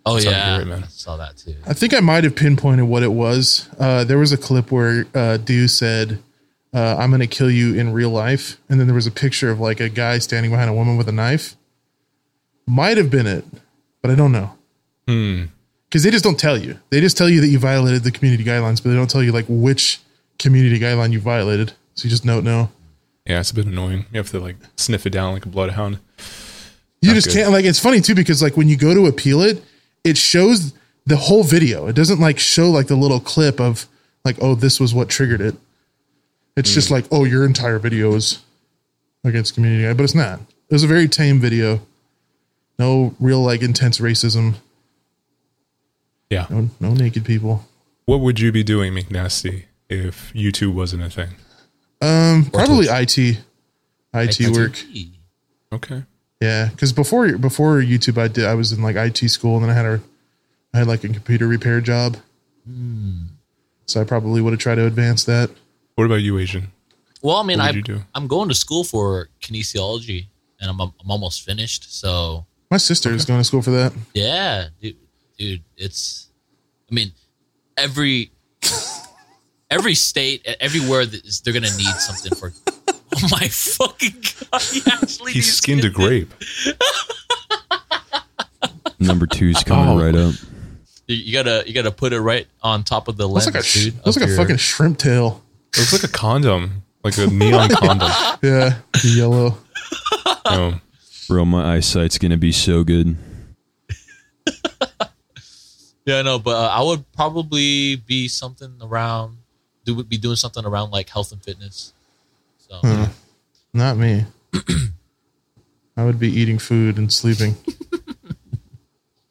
S2: Oh
S1: Sounded
S2: yeah.
S1: great, man.
S2: I saw that too.
S4: I think I might have pinpointed what it was. Uh, there was a clip where uh, Dew said, uh, "I'm going to kill you in real life," and then there was a picture of like a guy standing behind a woman with a knife. Might have been it, but I don't know. Because they just don't tell you. They just tell you that you violated the community guidelines, but they don't tell you like which community guideline you violated. So you just don't know.
S1: yeah, it's a bit annoying. You have to like sniff it down like a bloodhound.
S4: You
S1: Not
S4: just
S1: good.
S4: can't like it's funny too because like when you go to appeal it, it shows the whole video. It doesn't like show like the little clip of like oh this was what triggered it. It's
S1: Mm.
S4: just like oh your entire video is against community guide, but it's not. It was a very tame video. No real like intense racism.
S1: Yeah.
S4: No no naked people.
S1: What would you be doing, McNasty, if YouTube wasn't a thing?
S4: Um probably IT IT, work.
S1: Okay.
S4: Yeah, because before before YouTube, I did I was in like IT school, and then I had a I had like a computer repair job.
S2: Hmm.
S4: So I probably would have tried to advance that.
S1: What about you, Asian?
S2: Well, I mean,
S1: What
S2: I
S1: would you do?
S2: I'm going to school for kinesiology, and I'm I'm almost finished. So
S4: My sister is going to school for that.
S2: yeah, dude, dude, it's. I mean, every every state, everywhere, that is- they're gonna need something for. Oh my fucking god! He actually
S1: He skinned a
S2: great.
S1: grape.
S3: Number two's coming
S1: Oh.
S3: right up.
S2: You gotta you gotta put it right on top of the lens,
S4: That's like a sh-
S2: dude. of
S4: that's like a
S2: your-
S4: fucking shrimp tail.
S1: It looks like a condom, like a neon condom.
S4: Yeah, the yellow.
S1: No.
S3: Bro, my eyesight's gonna be so good.
S2: Yeah, no, but uh, I would probably be something around. Do would be doing something around like health and fitness. So
S1: Hmm.
S4: Not me. I would be eating food and sleeping.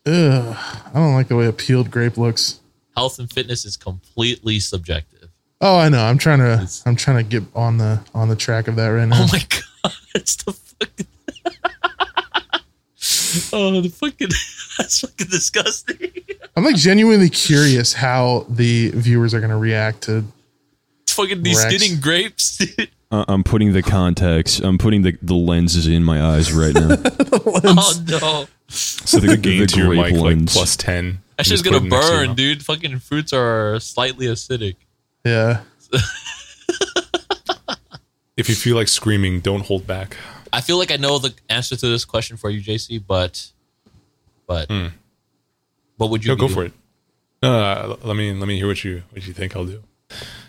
S4: Ugh, I don't like the way a peeled grape looks.
S2: health and fitness is completely subjective.
S4: Oh, I know. I'm trying to. I'm trying to get on the on the track of that right now.
S2: Oh my god, it's the fucking. oh, the fucking. That's fucking disgusting.
S4: I'm like genuinely curious how the viewers are going to react to.
S2: It's fucking these
S4: Rex.
S2: skinning grapes, dude.
S3: I- I'm putting the contacts. I'm putting the, the lenses in my eyes right now.
S2: Oh no,
S1: So the gain
S3: The
S1: to your
S3: grape
S1: mic like
S3: lens.
S1: plus ten.
S2: that
S1: That's
S2: shit's gonna burn, dude. Fucking fruits are slightly acidic.
S4: Yeah,
S1: If you feel like screaming, don't hold back.
S2: I feel like I know the answer to this question for you, JC, but, but, what would you
S1: Hmm. No, go for it. No, no, no, let me let me hear what you what you think I'll do.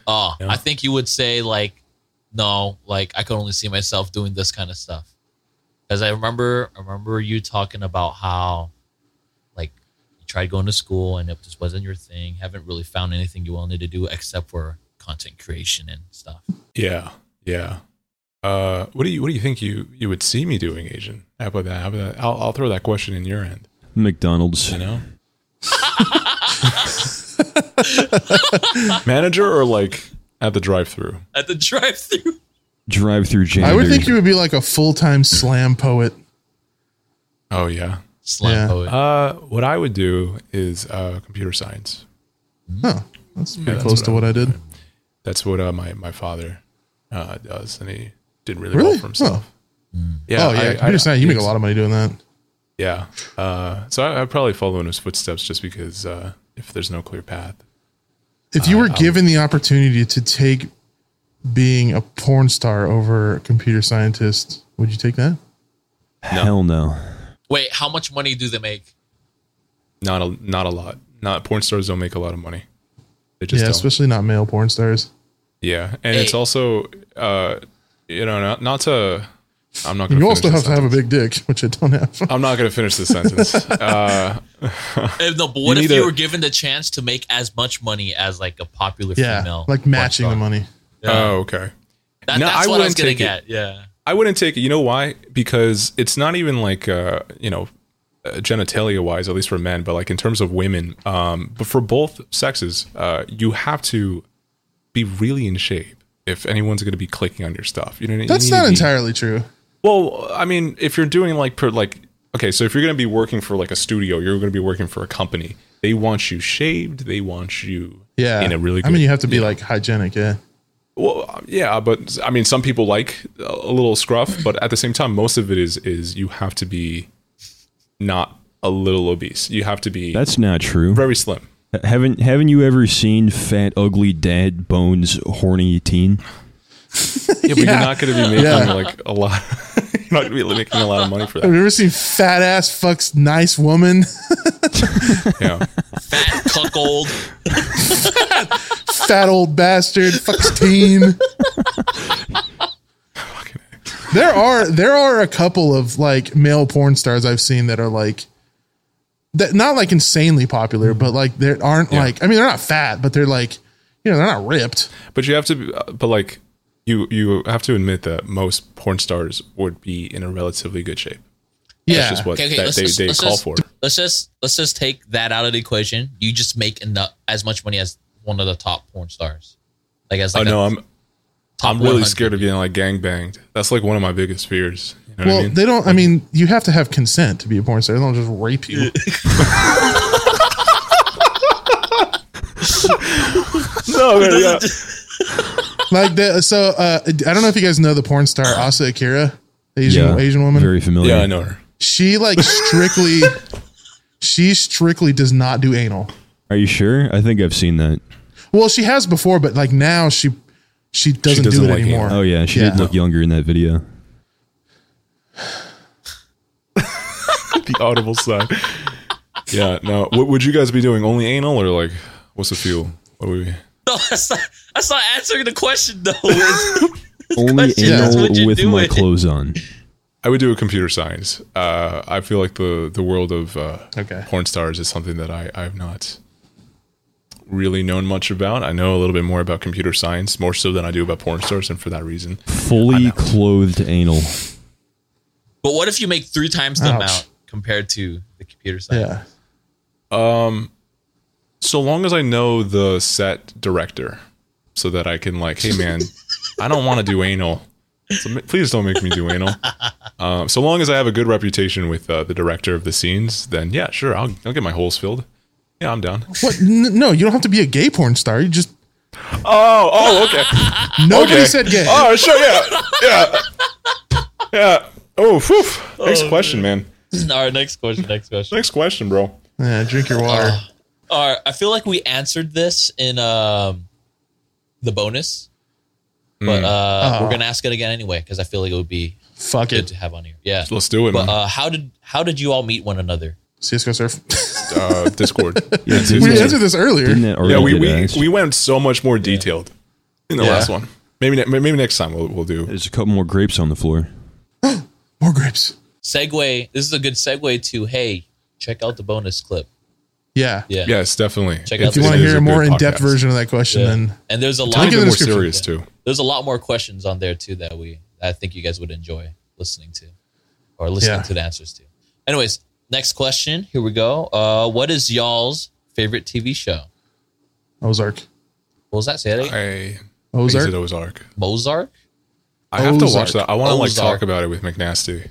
S2: Oh, I think you would say like, no, like I could only see myself doing this kind of stuff. Because I remember, I remember you talking about how, like, you tried going to school and it just wasn't your thing. Haven't really found anything you wanted to do except for content creation and stuff.
S1: Yeah, yeah. Uh, what do you what do you think you you would see me doing, Asian? How about that? How about that? I'll, I'll throw that question in your end.
S3: McDonald's.
S1: You know, manager or like at the drive-through.
S2: At the drive-through,
S3: Drive through janitor.
S4: I would think you would be like a full time slam poet.
S1: Oh yeah.
S2: slam
S4: Yeah.
S2: poet.
S1: Uh, what I would do is uh, computer science.
S4: Huh? That's pretty
S1: that's
S4: close
S1: what
S4: to
S1: I
S4: what I did.
S1: That's what uh, my my father uh, does, and he did really,
S4: Really?
S1: well for himself. Yeah,
S4: oh yeah,
S1: I- I-
S4: computer science. You
S1: I-
S4: make a lot of money doing that.
S1: Yeah. Uh, so I, I probably follow in his footsteps just because uh, if there's no clear path.
S4: If you were given the opportunity to take being a porn star over a computer scientist, would you take that?
S3: Hell no.
S2: Wait, how much money do they make?
S1: Not a not a lot. Not porn stars don't make a lot of money. They just
S4: Yeah,
S1: don't.
S4: especially not male porn stars.
S1: yeah, and it's
S2: Hey.
S1: also uh, you know not not to. I'm not. Gonna
S4: You
S1: finish
S4: also
S1: this
S4: have to have a
S1: sentence.
S4: big dick, which I don't have.
S1: I'm not going to finish this sentence. Uh,
S2: Eh, No, but what
S1: You
S2: if
S1: need
S2: you
S1: a-
S2: were given the chance to make as much money as like a popular
S4: yeah,
S2: female?
S4: like matching the
S2: porn star?
S4: money.
S2: Yeah.
S1: Oh, okay.
S2: That-
S1: No, I
S2: that's what I was
S1: wouldn't
S2: gonna
S1: take it.
S2: get. Yeah.
S1: I wouldn't take it. You know why? Because it's not even like uh, you know uh, genitalia wise, at least for men, but like in terms of women, um, but for both sexes, uh, you have to be really in shape if anyone's going to be clicking on your stuff. You know, what I mean? You
S4: That's
S1: need
S4: not
S1: to be-
S4: entirely true.
S1: Well, I mean, if you're doing like per like okay, so if you're going to be working for like a studio, you're going to be working for a company. They want you shaved. They want you
S4: Yeah,
S1: in a really. Good,
S4: I mean, you have to be like hygienic. Yeah,
S1: well, yeah, but I mean, some people like a little scruff, but at the same time, most of it is is you have to be not a little obese. You have to be
S3: That's not true.
S1: very slim.
S3: Haven't haven't you ever seen fat, ugly dad, bones, horny teen?
S1: Yeah, but you're not going to be making
S4: Yeah.
S1: like a lot. you're not going to be making a lot of money for
S4: have
S1: that.
S4: you ever seen fat ass fucks nice woman?
S1: Yeah,
S2: Fat cuckold.
S4: fat old bastard fucks teen. there are there are a couple of like male porn stars I've seen that are like that not like insanely popular, but like they aren't like I mean they're not fat, but they're like you know they're not ripped.
S1: but you have to. be- But like, you you have to admit that most porn stars would be in a relatively good shape.
S4: Yeah,
S1: That's just what
S2: Okay, okay,
S1: that
S2: let's
S1: they,
S2: just-
S1: they
S2: let's
S1: call
S2: just-
S1: for.
S2: Let's just let's just take that out of the equation. You just make enough as much money as one of the top porn stars. Like as
S1: Oh
S2: like a
S1: no, I'm
S2: top
S1: I'm really
S2: 100.
S1: scared of getting like gang banged. That's like one of my biggest fears. You know
S4: well
S1: what I mean?
S4: they don't. I mean you have to have consent to be a porn star. They don't just rape you.
S1: no, yeah, yeah.
S4: like that. So uh, I don't know if you guys know the porn star Asa Akira, Asian Asian woman.
S3: Very familiar.
S1: yeah, I know her.
S4: she like strictly. She strictly does not do anal.
S3: Are you sure? I think I've seen that.
S4: Well, she has before, but like now she she doesn't,
S1: doesn't
S4: do it
S1: like
S4: anymore.
S3: Oh yeah, she did
S4: Yeah.
S3: look younger in that video.
S1: the audible side. Yeah. No. What would you guys be doing? Only anal or like what's the fuel? What would we?
S2: No, that's not, That's not answering the question though. It's-
S3: Only
S2: question is, would
S3: anal
S2: you
S3: with
S2: do
S3: my
S2: it?
S3: clothes on.
S1: I would do a computer science. Uh, I feel like the the world of uh,
S4: Okay.
S1: porn stars is something that I I've not really known much about. I know a little bit more about computer science, more so than I do about porn stars, and for that reason,
S3: Fully clothed anal.
S2: but what if you make three times the
S4: Ouch.
S2: amount compared to the computer science?
S4: Yeah.
S1: so long as I know the set director, so that I can like, hey man, I don't want to do anal. So ma- please don't make me do anal. Um, so long as I have a good reputation with uh, the director of the scenes, then yeah, sure, I'll I'll get my holes filled. Yeah, I'm down.
S4: What? N- no, you don't have to be a gay porn star. You just
S1: Oh, oh, okay.
S4: nobody
S1: Okay.
S4: said gay.
S1: Oh, sure, yeah, yeah, yeah. Oh, whew. next question, man.
S2: All right, next question. Next question.
S1: Next question, bro.
S4: Yeah, drink your water.
S1: Oh.
S2: All right, I feel like we answered this in um, the bonus, but
S1: Hmm.
S2: uh, we're gonna ask it again anyway because I feel like it would be
S4: Fuck
S2: good
S4: it.
S2: to have on here. Yeah.
S1: Let's do it,
S2: But
S1: man.
S2: uh, how did how did you all meet one another?
S4: CS:GO surf.
S1: Uh, Discord.
S3: Yeah, didn't
S4: we
S3: that-
S4: answered this earlier.
S3: didn't that already
S1: yeah, we
S3: get
S1: we,
S3: asked?
S1: we went so much more detailed in the
S2: Yeah.
S1: last one. Maybe ne- maybe next time we'll we'll do.
S3: There's a couple more grapes on the floor.
S4: More grapes.
S2: Segue. This is a good segue to hey, check out the bonus clip.
S4: Yeah.
S2: Yeah.
S1: Yes, definitely.
S2: Check
S1: It-
S2: out
S4: If you
S1: it
S4: want to
S1: is
S4: hear a
S1: good
S4: more in-depth
S1: podcast.
S4: version of that question,
S2: Yeah.
S4: then
S2: And there's a
S1: I
S2: lot.
S1: think
S4: in
S1: it's
S4: the
S1: more
S4: description.
S1: serious too.
S2: There's a lot more questions on there too that we I think you guys would enjoy listening to, or listening
S4: Yeah.
S2: to the answers to. Anyways, next question. Here we go. Uh, what is y'all's favorite TV show?
S4: Ozark.
S2: What was that? Say that again?
S1: I
S4: Ozark.
S1: Ozark. Ozark.
S2: Mozark.
S1: I have to watch
S4: Ozark.
S1: that. I want to like
S2: Ozark.
S1: talk about it with McNasty.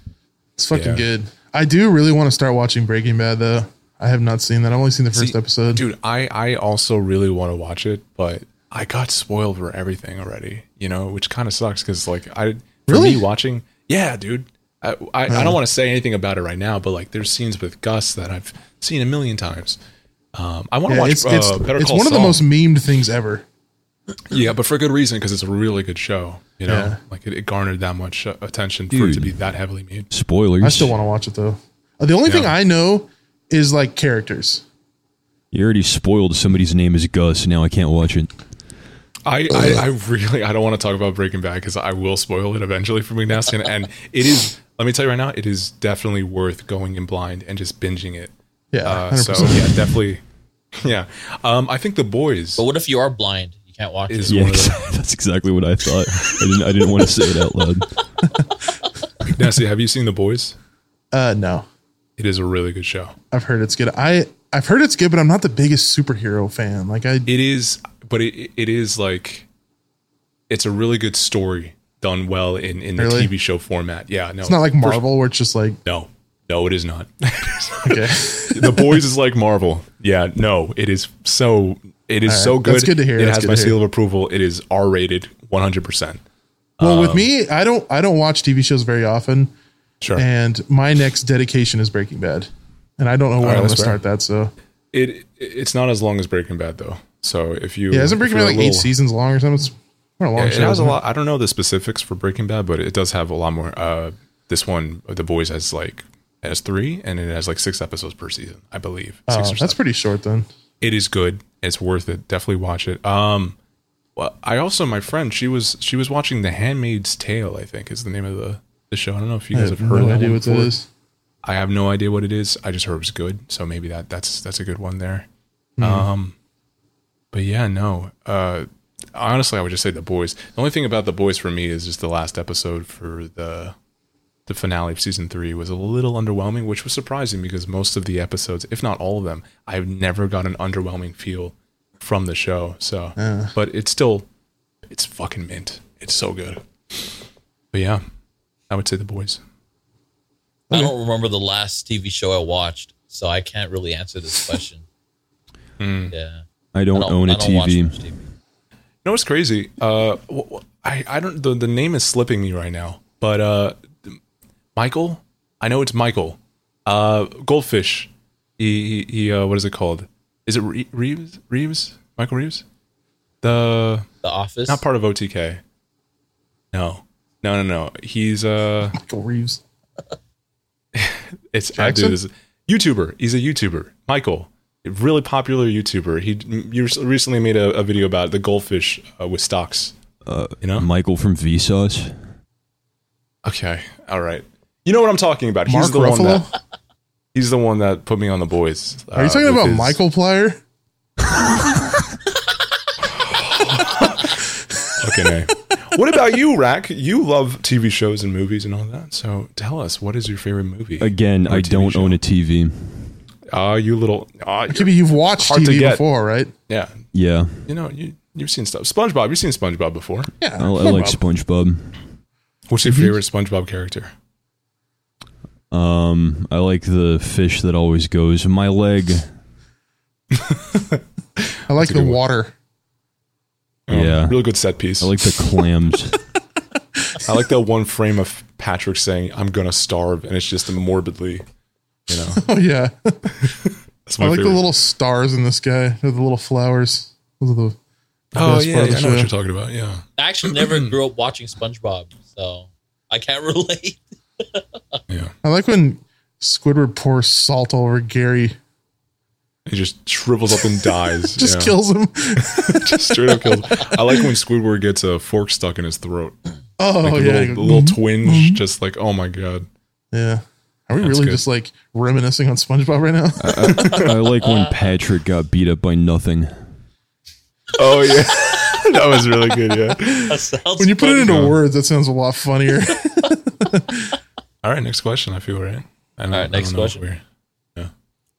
S4: It's fucking
S1: Yeah.
S4: good. I do really want to start watching Breaking Bad though. I have not seen that. I've only seen the first
S1: See,
S4: episode.
S1: dude i i also really want to watch it but i got spoiled for everything already you know which kind of sucks because like i for
S4: Really?
S1: me watching yeah dude i i, I don't want to say anything about it right now but like there's scenes with gus that i've seen a million times um, I want to
S4: Yeah,
S1: watch
S4: it's
S1: uh,
S4: it's,
S1: Better
S4: it's
S1: Call
S4: one of the
S1: Saul.
S4: most memed things ever.
S1: yeah, but for good reason because it's a really good show. You know,
S4: Yeah.
S1: like it, it garnered that much uh, attention for it to
S3: Dude.
S1: be that heavily made.
S3: Spoilers.
S4: I still want to watch it though. Uh, The only thing I know is like characters.
S3: You already spoiled somebody's name is Gus. Now I can't watch it.
S1: I,
S4: Oh,
S1: I, I really I don't want to talk about Breaking Bad because I will spoil it eventually for McNasty, and, and it is. Let me tell you right now, it is definitely worth going in blind and just binging it.
S4: Yeah,
S1: Uh, so
S4: 100%.
S1: yeah, definitely. Yeah, um, I think the boys
S2: But what if you are blind? You can't watch
S1: is
S2: it.
S1: one of the.
S3: exactly. that's exactly what I thought. I didn't. I didn't want to say it out loud.
S1: McNasty, have you seen the boys?
S4: Uh, no,
S1: It is a really good show.
S4: I've heard it's good. I I've heard it's good, but I'm not the biggest superhero fan. Like I
S1: It is, but it it is like, it's a really good story done well in in the
S4: Really?
S1: TV show format. Yeah, no,
S4: It's not like Marvel, where it's just like
S1: no, no, it is not.
S4: okay,
S1: the boys is like Marvel. Yeah, no, it is so it is
S4: right,
S1: so good.
S4: that's good to hear,
S1: It
S4: that's
S1: has
S4: good
S1: my
S4: to hear.
S1: seal of approval. It is R rated, one hundred percent.
S4: Well,
S1: Um,
S4: with me, I don't I don't watch TV shows very often,
S1: Sure.
S4: and my next dedication is Breaking Bad, and I don't know when
S1: right,
S4: I'm gonna
S1: that's fair.
S4: start that. So
S1: it it's not as long as Breaking Bad though. So if you
S4: yeah, isn't
S1: if
S4: Breaking Bad
S1: you're a
S4: like eight
S1: little-
S4: seasons long or something? It's not a long
S1: It
S4: show.
S1: has a
S4: isn't it?
S1: lot. I don't know the specifics for Breaking Bad, but it does have a lot more. Uh, this one, the boys has like it has three, and it has like six episodes per season, I believe.
S4: Oh,
S1: Six or
S4: that's pretty short then.
S1: it is good. It's worth it. Definitely watch it. Um, well, I also my friend she was she was watching The Handmaid's Tale. I think is the name of the the show. I don't know if you
S4: I
S1: guys
S4: have
S1: have heard.
S4: no
S1: that
S4: idea
S1: one
S4: what that
S1: before.
S4: is.
S1: I have no idea what it is. I just heard it was good, so maybe that that's that's a good one there. Um, but yeah, no. Uh, honestly, I would just say The Boys. The only thing about The Boys for me is just the last episode for the the finale of season three was a little underwhelming, which was surprising because most of the episodes, if not all of them, I've never got an underwhelming feel from the show. So, but it's still, it's fucking mint. It's so good. But yeah, I would say The Boys.
S2: I don't remember the last TV show I watched, so I can't really answer this question.
S1: Hmm.
S2: Yeah.
S3: I don't,
S2: I don't-
S3: own
S2: I
S3: a
S2: don't watch
S3: TV.
S2: much TV.
S1: No, it's crazy. Uh, wh- wh- I I don't the, the name is slipping me right now, but uh, Michael. I know it's Michael. Uh, Goldfish. He he. he uh, what is it called? Is it Re- Reeves? Reeves? Michael Reeves? The
S2: The Office.
S1: not part of OTK. No, no, no, no. He's uh,
S4: Michael Reeves.
S1: it's I do
S4: Jackson?
S1: this YouTuber. He's a YouTuber. Michael. really popular YouTuber. He you recently made a, a video about the goldfish uh, with stocks. you know,
S3: Michael from Vsauce.
S1: okay, all right. You know what I'm talking about.
S4: Mark
S1: he's the
S4: Ruffalo?
S1: one that he's the one that put me on the boys. uh,
S4: Are you talking about
S1: Michael?
S4: Michael Plier?
S1: Okay, nay. what about you, Rack? You love TV shows and movies and all that. So tell us, what is your favorite movie?
S3: Again,
S1: Or
S3: I
S1: TV
S3: don't
S1: show?
S3: own a TV.
S1: Ah, you little. ah,
S4: Could be you've watched
S1: Hard to
S4: TV
S1: get.
S4: before, right?
S1: yeah,
S3: Yeah,
S1: you know you you've seen stuff. SpongeBob. You've seen SpongeBob before.
S4: Yeah. Mm-hmm.
S3: I, I
S4: no
S3: like
S4: problem.
S3: SpongeBob.
S1: What's your favorite SpongeBob character?
S3: Um, I like the fish that always goes my leg.
S4: I like
S1: a good
S4: the
S1: one.
S4: water.
S3: Yeah.
S1: Oh, really Um, good set piece.
S3: I like the clams.
S1: I like that one frame of Patrick saying, "I'm gonna starve," and it's just morbidly, you know.
S4: Oh yeah.
S1: That's
S4: I
S1: my
S4: like
S1: favorite.
S4: the little stars in the sky, or the little flowers. Those are the
S1: oh
S4: best
S1: yeah,
S4: part of
S1: yeah,
S4: the
S1: I know what
S4: show.
S1: you're talking about. Yeah,
S2: I actually never grew up watching SpongeBob, so I can't relate.
S1: yeah.
S4: I like when Squidward pours salt all over Gary.
S1: He just shrivels up and dies.
S4: Just
S1: yeah.
S4: kills him.
S1: Just straight up kills. I like when Squidward gets a fork stuck in his throat.
S4: Oh
S1: like a
S4: yeah.
S1: little,
S4: Mhm.
S1: little twinge, just like, oh my god.
S4: Yeah. Are we
S1: That's
S4: really
S1: good.
S4: just like reminiscing on SpongeBob right now?
S3: I like when Patrick got beat up by nothing.
S1: Oh yeah. that was really good, yeah.
S2: That sounds
S4: when you put it
S2: funny.
S4: into
S1: though.
S4: words, that sounds a lot funnier.
S1: All right, next question, I feel right. I don't-
S2: All right,
S1: I don't
S2: next
S1: know if
S2: question.
S1: we're-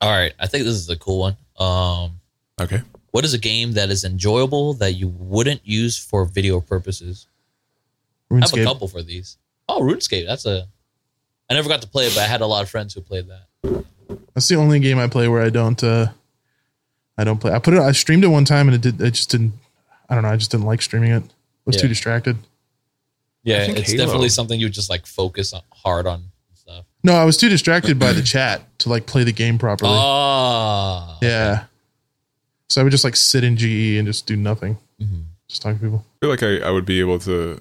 S2: All right, I think this is a cool one. Um,
S1: Okay.
S2: what is a game that is enjoyable that you wouldn't use for video purposes? I have a
S4: RuneScape.
S2: couple for these. Oh, RuneScape. That's a. I never got to play it, but I had a lot of friends who played that.
S4: That's the only game I play where I don't uh I don't play. I put it I streamed it one time and it did I just didn't I don't know, I just didn't like streaming it. I was too
S2: Yeah.
S4: distracted.
S2: Yeah,
S1: think
S2: it's
S1: Halo.
S2: definitely something you just like focus on, hard on and stuff.
S4: No, I was too distracted by the chat to like play the game properly.
S1: Oh,
S2: Ah,
S4: yeah. So I would just like sit in GE and just do nothing.
S1: Mm-hmm.
S2: Mhm.
S4: Just talk to people.
S1: I feel like I, I would be able to.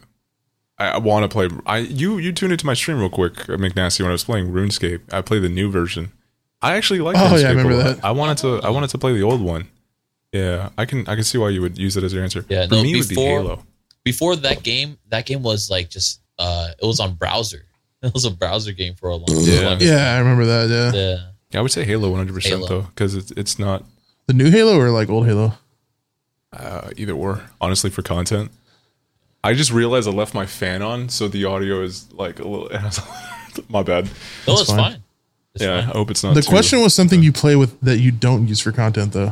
S1: I, I want to play. I you you tuned into my stream real quick, uh, McNasty. When I was playing RuneScape, I played the new version. I actually like.
S4: Oh, yeah, I
S1: RuneScape a
S4: remember
S1: lot.
S4: that.
S1: I wanted to. I wanted to play the old one. Yeah, I can. I can see why you would use it as your answer.
S2: Yeah,
S1: for
S2: no,
S1: me it would be
S2: before-
S1: Halo.
S2: before that game, that game was like just uh, it was on browser. It was a browser game for a long time.
S1: Yeah.
S4: Yeah, I remember that. Yeah.
S2: yeah.
S1: Yeah, I would say Halo 100 percent
S2: Halo.
S1: though, because it's it's not
S4: The new Halo or like old Halo?
S1: uh, either or. Honestly, for content, I just realized I left my fan on, so the audio is like a little. my bad.
S2: No,
S4: That's
S2: it's
S4: fine.
S2: fine. It's
S1: yeah,
S2: fine.
S1: I hope it's not.
S4: the
S1: too-
S4: question was something you play with that you don't use for content though.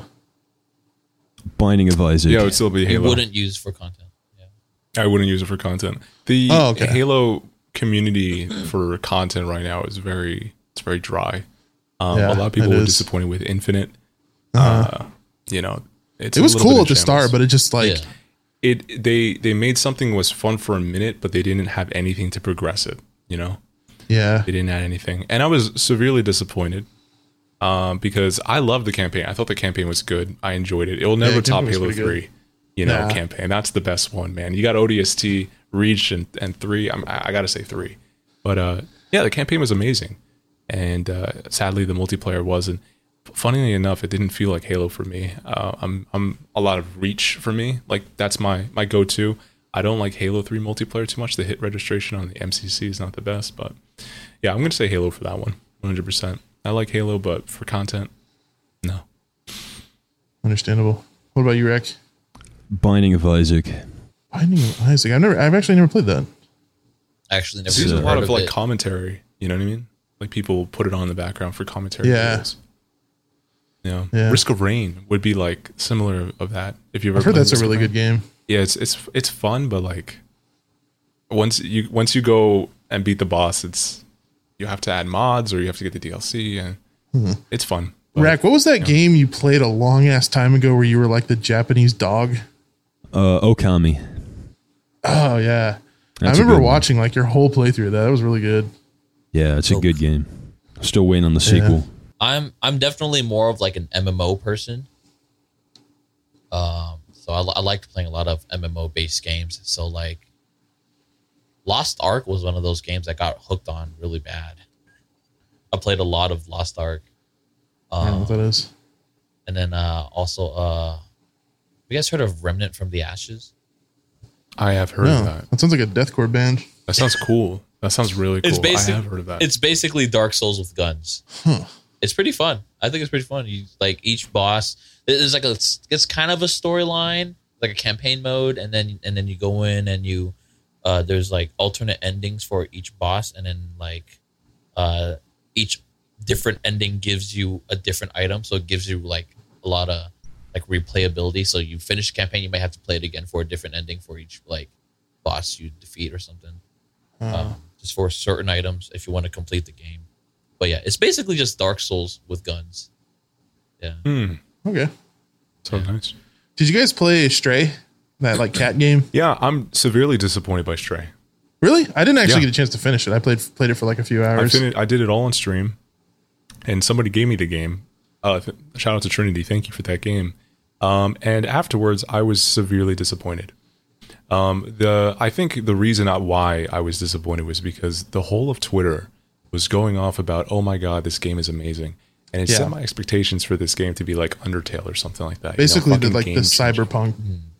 S3: Binding of Isaac.
S1: Yeah, it would still be
S2: you
S1: Halo.
S2: wouldn't use for content. Yeah.
S1: I wouldn't use it for content. The
S4: Oh, okay.
S1: Halo community for content right now is very it's very dry. Um,
S4: Yeah,
S1: a lot of people were
S4: it is. Uh-huh.
S1: disappointed with Infinite. Uh, you know, it's
S4: It
S1: a
S4: was
S1: little bit
S4: cool
S1: in
S4: at the start,
S1: shambles.
S4: but it just like
S2: Yeah.
S1: it they they made something was fun for a minute, but they didn't have anything to progress it. You know,
S4: yeah.
S1: they didn't add anything, and I was severely disappointed um, because I loved the campaign. I thought the campaign was good. I enjoyed it. It will never
S4: the
S1: top
S4: campaign was
S1: Halo
S4: pretty good.
S1: Three, you know,
S4: Nah.
S1: campaign. That's the best one, man. You got ODST, Reach, and and three. I'm, I I gotta say three, but uh, yeah, the campaign was amazing, and uh, sadly the multiplayer wasn't. Funnily enough, it didn't feel like Halo for me. Uh, I'm I'm a lot of Reach for me. Like that's my my go to. I don't like Halo Three multiplayer too much. The hit registration on the MCC is not the best, but yeah, I'm gonna say Halo for that one, 100. percent I like Halo, but for content, no.
S4: Understandable. What about you, Rec?
S3: Binding of Isaac.
S4: Binding of Isaac. I've never I've actually never played that.
S2: I actually never
S1: There's
S2: even
S1: a lot
S2: heard
S1: of, like
S2: it.
S1: commentary. You know what I mean? Like people put it on in the background for commentary.
S4: Yeah.
S1: videos. Yeah.
S4: Yeah.
S1: Risk of Rain would be like similar of that. If you've ever
S4: I've heard
S1: played
S4: that's a
S1: Risk of
S4: really
S1: Rain.
S4: good game.
S1: Yeah, it's it's it's fun, but like once you once you go and beat the boss, it's you have to add mods or you have to get the DLC, and
S4: Mm-hmm.
S1: it's fun. But
S4: Rack, what was that game you played a long ass time ago where you were like the Japanese dog?
S3: Uh, Okami.
S4: Oh yeah.
S3: That's a
S4: I remember
S3: good one.
S4: watching like your whole playthrough of that. That was really good.
S3: Yeah, it's a
S2: Oh.
S3: good game. Still waiting on the sequel.
S2: I'm I'm definitely more of like an MMO person. Um, so I, li- I like playing a lot of MMO based games. So like, Lost Ark was one of those games I got hooked on really bad. I played a lot of Lost Ark.
S4: I don't know
S2: Um,
S4: what that is.
S2: and then uh, also, uh, you guys heard of Remnant from the Ashes?
S1: I have heard
S4: No,
S1: of that.
S4: that sounds like a deathcore band.
S1: That sounds cool. That sounds really cool.
S2: It's basic-
S1: I have heard of that.
S2: It's basically Dark Souls with guns. It's pretty fun. I think it's pretty fun. You like each boss. There's like a it's kind of a storyline, like a campaign mode, and then and then you go in and you uh, there's like alternate endings for each boss, and then like uh, each different ending gives you a different item, so it gives you like a lot of like replayability. So you finish the campaign, you might have to play it again for a different ending for each like boss you defeat or something um, just for certain items if you want to complete the game. But yeah, it's basically just Dark Souls with guns. Yeah,
S1: Hmm.
S4: Okay.
S1: so nice.
S4: Did you guys play Stray? That like cat game?
S1: Yeah, I'm severely disappointed by Stray.
S4: Really? I didn't actually
S1: Yeah.
S4: get a chance to finish it. I played played it for like a few
S1: I,
S4: hours.
S1: fin- I did it all on stream, and somebody gave me the game. Uh, th- shout out to Trinity. Thank you for that game. Um, and afterwards, I was severely disappointed. Um, the I think the reason I, why I was disappointed was because the whole of Twitter was going off about, "Oh my god, this game is amazing," and it
S4: Yeah.
S1: set my expectations for this game to be like Undertale or something like that. you know,
S4: Basically, the,
S1: fucking
S4: like the
S1: game changer.
S4: cyberpunk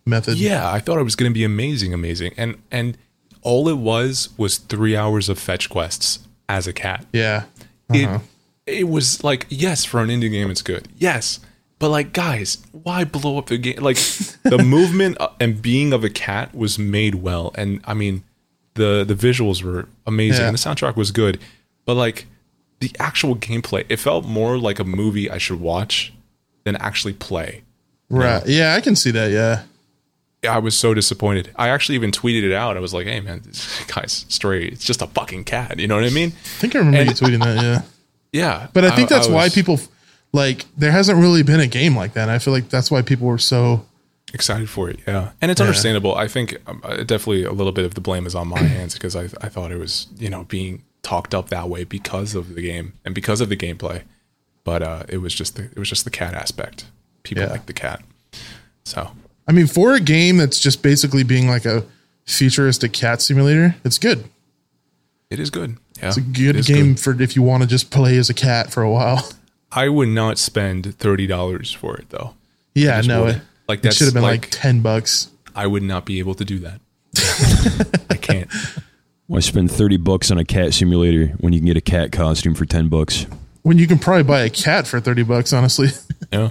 S4: method.
S1: Yeah, I thought it was going to be amazing, amazing, and and all it was was three hours of fetch quests as a cat
S4: Yeah. Uh-huh.
S1: it it was like yes for an indie game it's good yes but like guys why blow up the game like the movement uh, and being of a cat was made well and i mean the the visuals were amazing
S4: Yeah.
S1: and the soundtrack was good but like the actual gameplay it felt more like a movie i should watch than actually play
S4: Right. Yeah, I can see that. Yeah.
S1: i was so disappointed i actually even tweeted it out i was like hey man guys stray it's just a fucking cat you know what i mean
S4: I think I remember you tweeting that. Yeah.
S1: yeah
S4: But I think that's why
S1: was
S4: people like there hasn't really been a game like that. And I feel like that's why people were so
S1: excited for it. Yeah, and it's understandable. I think um, uh, definitely a little bit of the blame is on my hands because I I thought it was you know being talked up that way because of the game and because of the gameplay, but uh, it was just the it was just the cat aspect. People
S4: Yeah.
S1: like the cat, so
S4: I mean, for a game that's just basically being like a futuristic cat simulator, it's good.
S1: it is good. Yeah,
S4: It's a
S1: it
S4: good
S1: is
S4: game for if you want to just play as a cat for a while.
S1: I would not spend thirty dollars for it though.
S4: yeah,
S1: just
S4: no,
S1: would.
S4: it,
S1: Like,
S4: it
S1: that's
S4: should have been like,
S1: like-
S4: ten bucks.
S1: I would not be able to do that. I can't.
S3: Why spend thirty bucks on a cat simulator when you can get a cat costume for ten bucks?
S4: When you can probably buy a cat for thirty bucks, honestly.
S1: Yeah,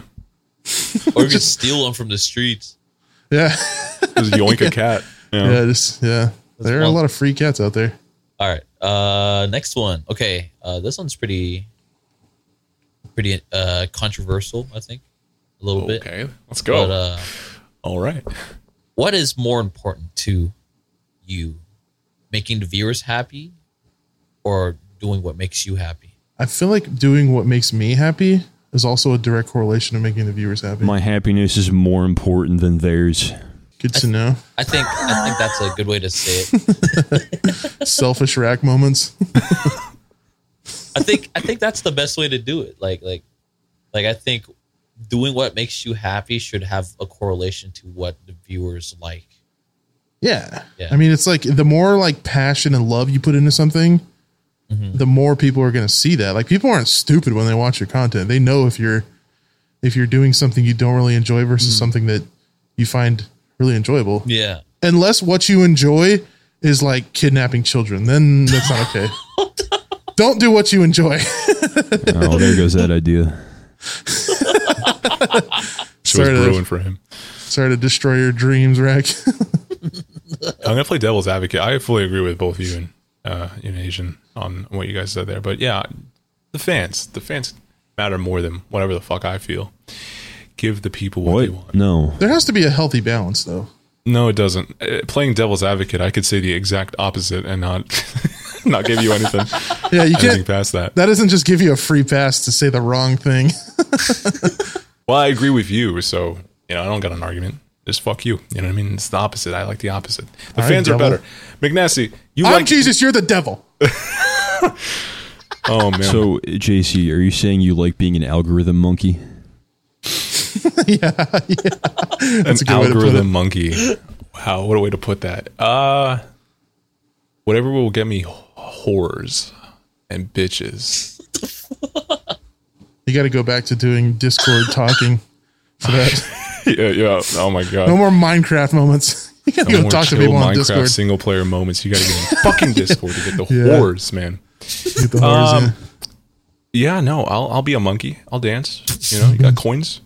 S2: or you could steal them from the streets.
S4: yeah,
S1: just yoink a cat. Yeah.
S4: yeah, just yeah. there are a
S2: wild.
S4: lot of free cats out there.
S2: All right, uh, next one. Okay, uh, this one's pretty, pretty uh, controversial. I think a little bit.
S1: Okay, Oh. let's go.
S2: But uh,
S1: All right.
S2: what is more important to you, making the viewers happy, or doing what makes you happy?
S4: I feel like doing what makes me happy is also a direct correlation to making the viewers happy.
S3: My happiness is more important than theirs.
S4: good to know.
S2: I think I think that's a good way to say it.
S4: Selfish rack moments.
S2: I think I think that's the best way to do it. Like like like I think doing what makes you happy should have a correlation to what the viewers like.
S4: Yeah.
S2: Yeah.
S4: I mean, it's like the more like passion and love you put into something, the more people are going to see that. Like people aren't stupid when they watch your content. They know if you're if you're doing something you don't really enjoy versus something that you find really enjoyable.
S2: Yeah.
S4: Unless what you enjoy is like kidnapping children, then that's not okay. don't do what you enjoy.
S3: Oh, there goes that idea.
S1: She was
S4: Sort of.
S1: brewing for him.
S4: Sorry to destroy your dreams, Rack.
S1: I'm gonna play devil's advocate. I fully agree with both you and uh, and Asian on what you guys said there, but yeah, the fans, the fans matter more than whatever the fuck I feel. Give the people what, they
S3: What?
S1: want.
S3: No.
S4: there has to be a healthy balance though.
S1: No, it doesn't. Uh, playing devil's advocate, I could say the exact opposite and not not give you anything
S4: Yeah, you
S1: anything
S4: can't
S1: past that.
S4: that doesn't just give you a free pass to say the wrong thing.
S1: Well, I agree with you, so you know I don't got an argument. Just fuck you. You know what I mean? It's the opposite. I like the opposite. The
S4: right,
S1: fans are
S4: devil.
S1: better. McNasty, you
S4: I'm
S1: like?
S4: Jesus, you're the devil.
S1: oh man,
S3: So, JC, are you saying you like being an algorithm monkey?
S1: That's
S4: a good way to put
S1: algorithm
S4: it.
S1: monkey. Wow, what a way to put that. Uh whatever will get me wh- whores and bitches.
S4: You You got to go back to doing Discord talking for that.
S1: yeah, yeah. Oh my god.
S4: No more Minecraft moments. You got to
S1: No
S4: go
S1: more
S4: talk to
S1: chill
S4: people on
S1: Minecraft
S4: Discord.
S1: single player moments. You got to get in fucking Discord to get the
S4: Yeah.
S1: whores, man.
S4: Get the whores
S1: Um,
S4: in.
S1: Yeah, no, I'll I'll be a monkey. I'll dance. You know, you got coins.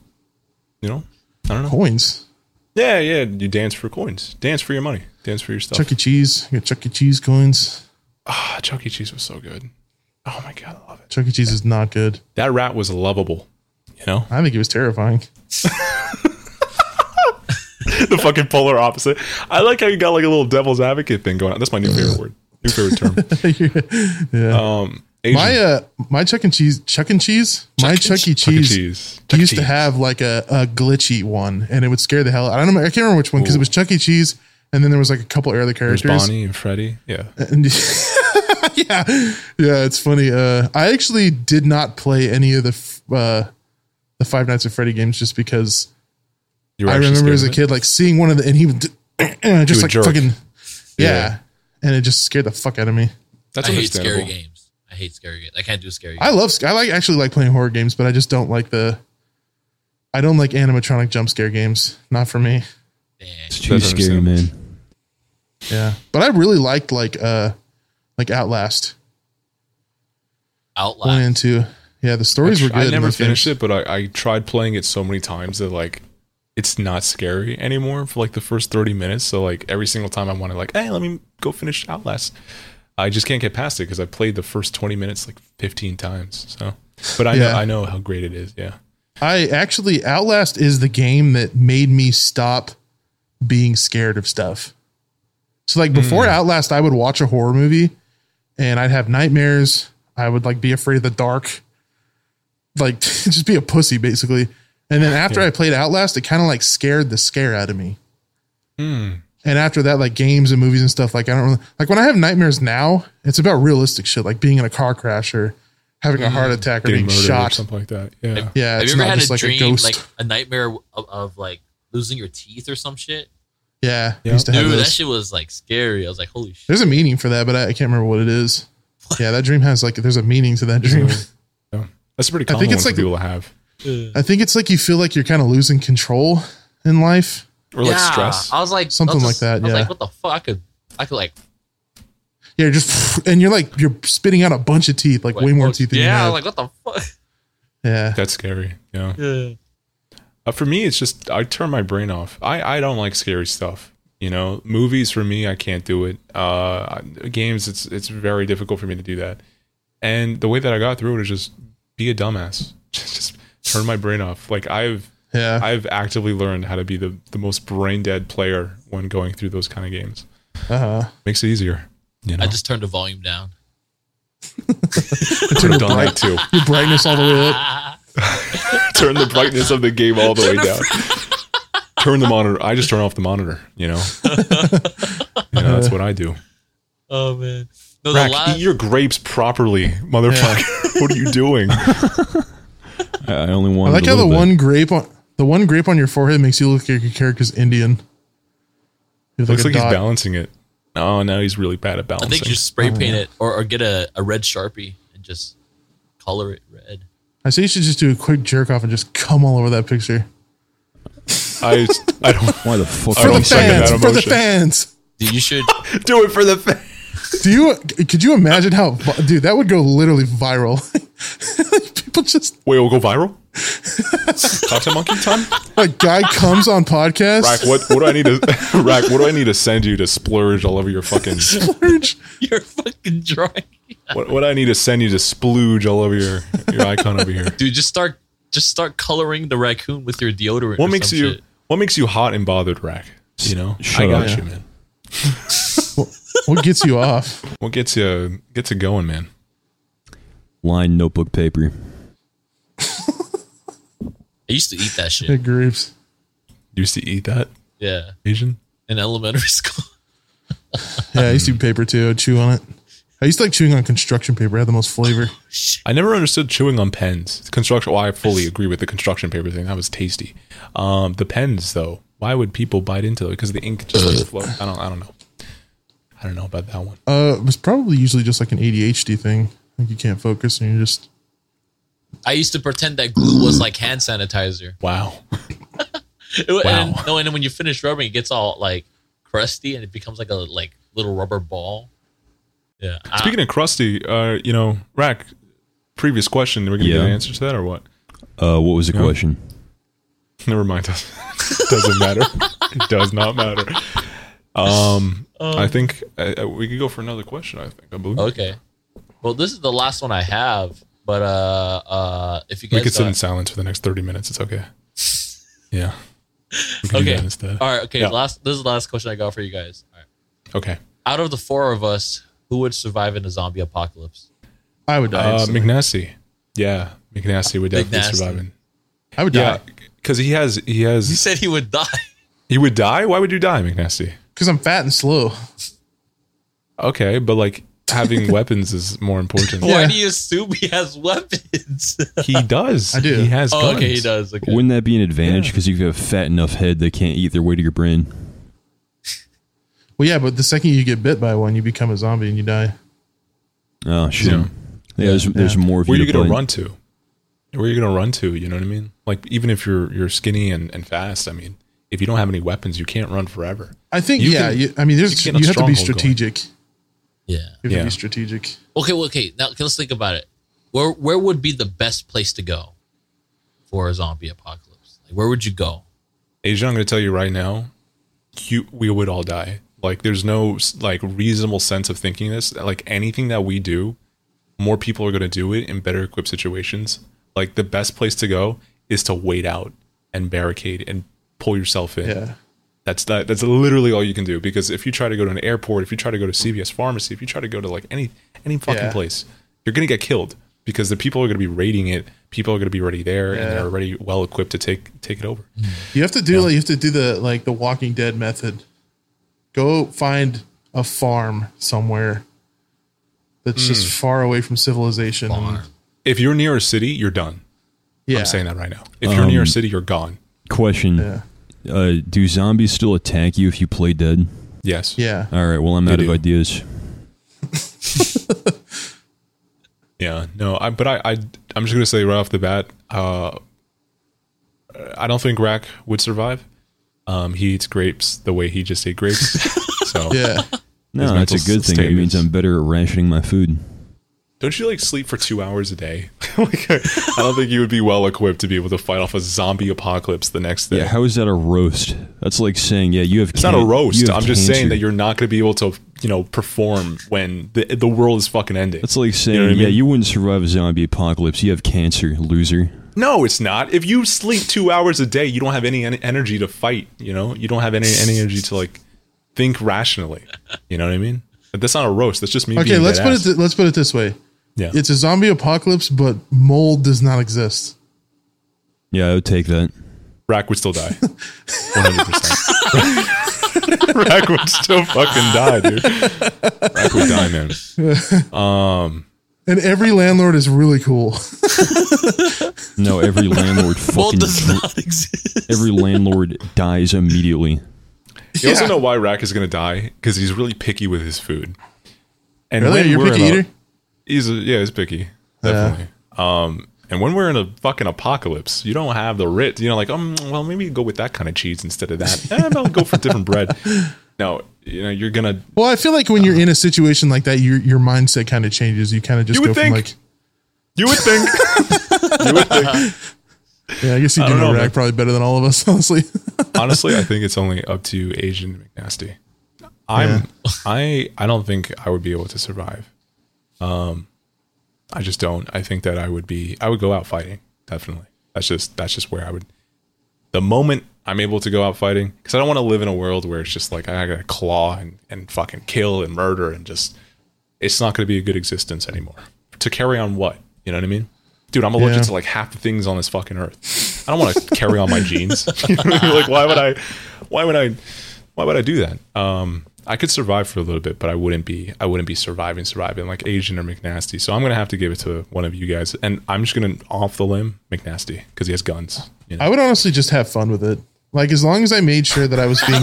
S1: You know, I don't know.
S4: Coins.
S1: Yeah, yeah. You dance for coins. Dance for your money. Dance for your stuff.
S4: Chuck E. Cheese. You got Chuck E. Cheese coins.
S1: ah, Chuck E. Cheese was so good. Oh my god, I love it.
S4: Chuck E. Cheese is not good.
S1: That rat was lovable. You know,
S4: I think it was terrifying.
S1: the fucking polar opposite. I like how you got like a little devil's advocate thing going on. That's my new favorite word. New favorite term.
S4: yeah.
S1: Um, Asian
S4: my uh, my Chuck and Cheese, Chuck and Cheese, my Chuck E.
S1: Chuck E.
S4: Cheese,
S1: Cheese.
S4: he used to
S1: Cheese.
S4: have like a, a glitchy one, and it would scare the hell. I don't know. I can't remember which one because it was Chuck E. Cheese, and then there was like a couple other
S1: There's
S4: characters.
S1: Bonnie and Freddie. Yeah.
S4: And- yeah, yeah, it's funny. Uh, I actually did not play any of the f- uh, the Five Nights at Freddy games just because
S1: You were
S4: I
S1: actually
S4: remember
S1: scared
S4: as a
S1: of it?
S4: kid like seeing one of the and he would d- just
S1: would
S4: like
S1: jerk.
S4: fucking yeah.
S1: Yeah.
S4: and it just scared the fuck out of me.
S1: That's
S2: I hate scary
S1: understandable.
S2: games. I hate scary games. I can't do scary games.
S4: I love sc- I like actually like playing horror games, but I just don't like the I don't like animatronic jump scare games. Not for me.
S2: Damn.
S3: It's too
S1: That's
S3: scary, man.
S4: Yeah, but I really liked like uh like Outlast one
S2: Outlast.
S4: and two. Yeah, the stories were
S1: I
S4: good. in
S1: never
S4: those games.
S1: finished it, but I, I tried playing it so many times that like it's not scary anymore for like the first 30 minutes. So like every single time I want to like, hey, let me go finish Outlast. I just can't get past it because I played the first 20 minutes like 15 times. So, but I know
S4: Yeah.
S1: I know how great it is. Yeah.
S4: I actually Outlast is the game that made me stop being scared of stuff. So like before
S1: Hmm.
S4: Outlast, I would watch a horror movie and I'd have nightmares. I would like be afraid of the dark. Like just be a pussy basically. And then after I played Outlast, it kind of like scared the scare out of me.
S1: Hmm.
S4: And after that, like games and movies and stuff, like I don't really, like when I have nightmares now, it's about realistic shit, like being in a car crash or having a heart attack or being
S1: Hmm. Getting murdered or
S4: shot.
S1: something like that. Yeah.
S4: Yeah,
S2: Have
S4: it's
S2: you ever
S4: not
S2: had a
S4: just like
S2: dream,
S4: a ghost.
S2: like a nightmare of, of like losing your teeth or some shit?
S4: Yeah, I
S1: Yeah.
S4: used to have
S2: Dude, that
S4: those.
S2: shit was like scary. I was like, holy shit.
S4: there's a meaning for that, but I, I can't remember what it is. Yeah, that dream has like there's a meaning to that dream.
S1: Yeah. That's a pretty
S4: I
S1: common
S4: think it's
S1: one
S4: like-
S1: for people to have.
S4: I think it's like you feel like you're kind of losing control in life.
S1: Or like stress.
S2: I was like
S4: Something
S2: I was
S4: like that,
S2: I was
S4: yeah.
S2: like, what the fuck? I could, I could like
S4: Yeah, you're just and you're like you're spitting out a bunch of teeth, like, way more
S2: oh,
S4: teeth than
S2: Yeah,
S4: you have.
S2: like what the fuck?
S4: yeah,
S1: That's scary. Yeah.
S2: Yeah.
S1: Uh, for me, it's just I turn my brain off. I I don't like scary stuff. You know, movies for me, I can't do it. Uh, I- games, it's it's very difficult for me to do that. And the way that I got through it is just be a dumbass. Just, just turn my brain off. Like I've
S4: yeah.
S1: I've actively learned how to be the the most brain dead player when going through those kind of games.
S4: Uh huh.
S1: Makes it easier. You know,
S2: I just turned the volume down.
S1: could have done that too.
S4: Your brightness all the way up.
S1: turn the brightness of the game all the way down. turn the monitor. I just turn off the monitor. You know, you know that's what I do.
S2: Oh man. No, the
S1: Rack,
S2: last
S1: eat your grapes properly, motherfucker. what are you doing?
S3: I I only
S4: I
S3: want.
S4: like how the one grape on the one grape on your forehead makes you look like your character's Indian. You look
S1: Looks
S4: a
S1: like he's
S4: dot.
S1: balancing it. Oh, now he's really bad at
S2: I
S1: balancing.
S2: think you just spray paint it or, or get a, a red sharpie and just color it red.
S4: I say you should just do a quick jerk off and just come all over that picture
S1: I, I don't
S3: Why the fuck?
S1: I
S3: would I
S4: for the
S1: don't second
S3: say
S4: fans.
S1: that
S4: For the
S1: emotion.
S4: fans.
S2: Dude, you should
S1: do it for the. Fa-
S4: Do you could you imagine how dude that would go literally viral? People just
S1: Wait, we'll go viral. Content monkey time.
S4: a guy comes on podcast.
S1: Rack, what what do I need to Rack? What do I need to send you to splurge all over your fucking?
S4: Splurge.
S2: you're fucking drawing.
S1: What what do I need to send you to splooge all over your your icon over here?
S2: Dude, just start just start coloring the raccoon with your deodorant.
S1: What
S2: or
S1: makes
S2: some
S1: you
S2: shit.
S1: What makes you hot and bothered, Rack? You know,
S3: Shut
S1: I got
S3: up.
S1: you, man.
S4: What gets you off?
S1: What gets you gets you going, man?
S3: Line notebook paper.
S2: I used to eat that shit.
S4: It grieves.
S1: You used to eat that
S2: Yeah.
S1: Asian.
S2: In elementary school.
S4: Yeah, I used to do paper too. I'd chew on it. I used to like chewing on construction paper. It had the most flavor.
S1: I never understood chewing on pens. Construction. Well, I fully agree with the construction paper thing. That was tasty. Um, the pens, though, why would people bite into it? Because the ink just like, flow. I don't. I don't know. I don't know about that one.
S4: Uh, it was probably usually just like an ADHD thing. Like you can't focus and you're just
S2: I used to pretend that glue was like hand sanitizer.
S1: Wow.
S2: It wa-
S1: Wow.
S2: and then, no, and then when you finish rubbing, it gets all like crusty and it becomes like a like little rubber ball. Yeah. ah, I-
S1: Speaking of crusty, uh, you know, Rack. Previous question. Are we gonna
S3: Yeah.
S1: get an answer to that or what?
S3: Uh, what was the question?
S1: Never mind. Doesn't matter. It Does not matter. Um, I think uh, we could go for another question. I think I believe
S2: okay. Well, this is the last one I have, but uh, uh, if you
S1: we
S2: guys
S1: could sit
S2: uh,
S1: in silence for the next thirty minutes. It's okay. Yeah. We can do
S2: okay,
S1: that instead.
S2: all right, okay.
S1: Yeah.
S2: Last, this is the last question I got for you guys. All right.
S1: Okay.
S2: Out of the four of us, who would survive in a zombie apocalypse?
S4: I would die.
S1: Uh,
S4: instantly.
S1: McNasty. Yeah, McNasty would definitely
S2: McNasty.
S1: survive. In.
S4: I would
S1: Yeah,
S4: die
S1: because he has he
S2: You
S1: has
S2: said he would die.
S1: he would die. Why would you die, McNasty?
S4: because I'm fat and slow.
S1: Okay, but like having weapons is more important.
S2: Why
S4: Yeah.
S2: do you assume he has weapons?
S1: He does.
S4: I do.
S1: He has.
S2: oh,
S1: guns.
S2: okay, he does. Okay.
S3: Wouldn't that be an advantage because you have a fat enough head they can't eat their way to your brain?
S4: Well, yeah, but the second you get bit by one, you become a zombie and you die.
S3: Oh shit!
S1: Yeah.
S3: Yeah, there's there's more of
S1: Where are you
S3: to
S1: going to
S3: play.
S1: run to? Where are you going to run to? You know what I mean? Like even if you're you're skinny and, and fast, I mean, if you don't have any weapons, you can't run forever.
S4: I think.
S1: You
S4: yeah,
S1: can-
S4: you, I mean, there's
S1: you
S4: you,
S1: can get a
S4: have to be
S1: stronghold going.
S4: strategic.
S2: Yeah.
S4: You have to
S1: Yeah.
S4: be strategic.
S2: Okay, well, okay. Now okay, let's think about it. Where where would be the best place to go for a zombie apocalypse? Like, where would you go?
S1: Asia, I'm going to tell you right now, you we would all die. Like there's no like reasonable sense of thinking this. Like anything that we do, more people are going to do it in better equipped situations. Like the best place to go is to wait out and barricade and pull yourself in.
S4: Yeah.
S1: That's that, that's literally all you can do because if you try to go to an airport, if you try to go to CVS pharmacy, if you try to go to like any any fucking
S4: Yeah.
S1: place, you're gonna get killed because the people are gonna be raiding it. People are gonna be already there and they're
S4: Yeah.
S1: already well equipped to take take it over.
S4: You have to do like you have to do the like the Walking Dead method. Go find a farm somewhere that's
S1: Hmm.
S4: just far away from civilization. and-
S1: If you're near a city, you're done.
S4: yeah,
S1: I'm saying that right now. If you're
S3: Um,
S1: near a city, you're gone.
S3: Question:
S4: Yeah.
S3: uh, Do zombies still attack you if you play dead?
S1: Yes.
S4: Yeah,
S3: All right. Well, I'm out
S1: They
S3: of
S1: do.
S3: ideas.
S1: Yeah. No. I, but I, I I'm just gonna say right off the bat, uh, I don't think Rack would survive. Um, he eats grapes the way he just ate grapes. so
S4: yeah.
S3: No,
S1: His
S3: that's a
S1: mental
S3: good thing.
S1: state
S3: It means
S1: is-
S3: I'm better at rationing my food.
S1: Don't you like sleep for two hours a day? like, I I don't think you would be well equipped to be able to fight off a zombie apocalypse the next day.
S3: Yeah, how is that a roast? That's like saying, yeah, you have.
S1: it's not a roast. I'm just saying that you're not going to be able to, you know, perform when the the world is fucking ending.
S3: That's like saying,
S1: what I
S3: yeah,
S1: mean?
S3: you wouldn't survive a zombie apocalypse. You have cancer, loser.
S1: no, it's not. If you sleep two hours a day, you don't have any en- energy to fight. You know, you don't have any, any energy to like think rationally. You know what I mean? But that's not a roast. That's just me.
S4: Okay,
S1: being
S4: let's put it.
S1: badass.
S4: th- let's put it this way.
S1: yeah.
S4: It's a zombie apocalypse, but mold does not exist.
S3: Yeah, I would take that.
S1: Rack would still die. 100%. Rack would still fucking die, dude. Rack would die, man.
S4: And every landlord is really cool.
S3: No, every landlord
S2: Mold
S3: fucking
S2: does not exist.
S3: every landlord dies immediately.
S1: You also
S4: Yeah.
S1: know why Rack is going to die because he's really picky with his food. And
S4: really,
S1: when
S4: you're
S1: we're
S4: picky
S1: in a-
S4: eater.
S1: He's a, yeah, he's picky. Definitely. Um, and when we're in a fucking apocalypse, you don't have the writ. You know, like, um, well, maybe go with that kind of cheese instead of that. eh, I'll go for different bread. No, you know, you're gonna.
S4: Well, I feel like when you're in a situation like that, your your mindset kind of changes. You kind of just
S1: Uh-huh. You
S4: go
S1: would
S4: from
S1: think.
S4: like,
S1: You would think. you would think.
S4: yeah, I guess you do
S1: don't
S4: know
S1: know, man.
S4: Rack probably better than all of us, honestly.
S1: Honestly, I think it's only up to Asian McNasty. I'm I I don't think I would be able to survive. Um I just don't. I think that I would be I would go out fighting, definitely. That's just that's just where I would the moment I'm able to go out fighting, because I don't want to live in a world where it's just like I gotta claw and, and fucking kill and murder and just it's not gonna be a good existence anymore. To carry on what? You know what I mean? Dude, I'm allergic
S4: Yeah.
S1: to like half the things on this fucking earth. I don't want to carry on my genes. You know what I mean? like why would I why would I why would I do that? Um I could survive for a little bit, but I wouldn't be I wouldn't be surviving, surviving like Asian or McNasty. So I'm gonna have to give it to one of you guys. And I'm just gonna off the limb McNasty, because he has guns. You know?
S4: I would honestly just have fun with it. Like as long as I made sure that I was being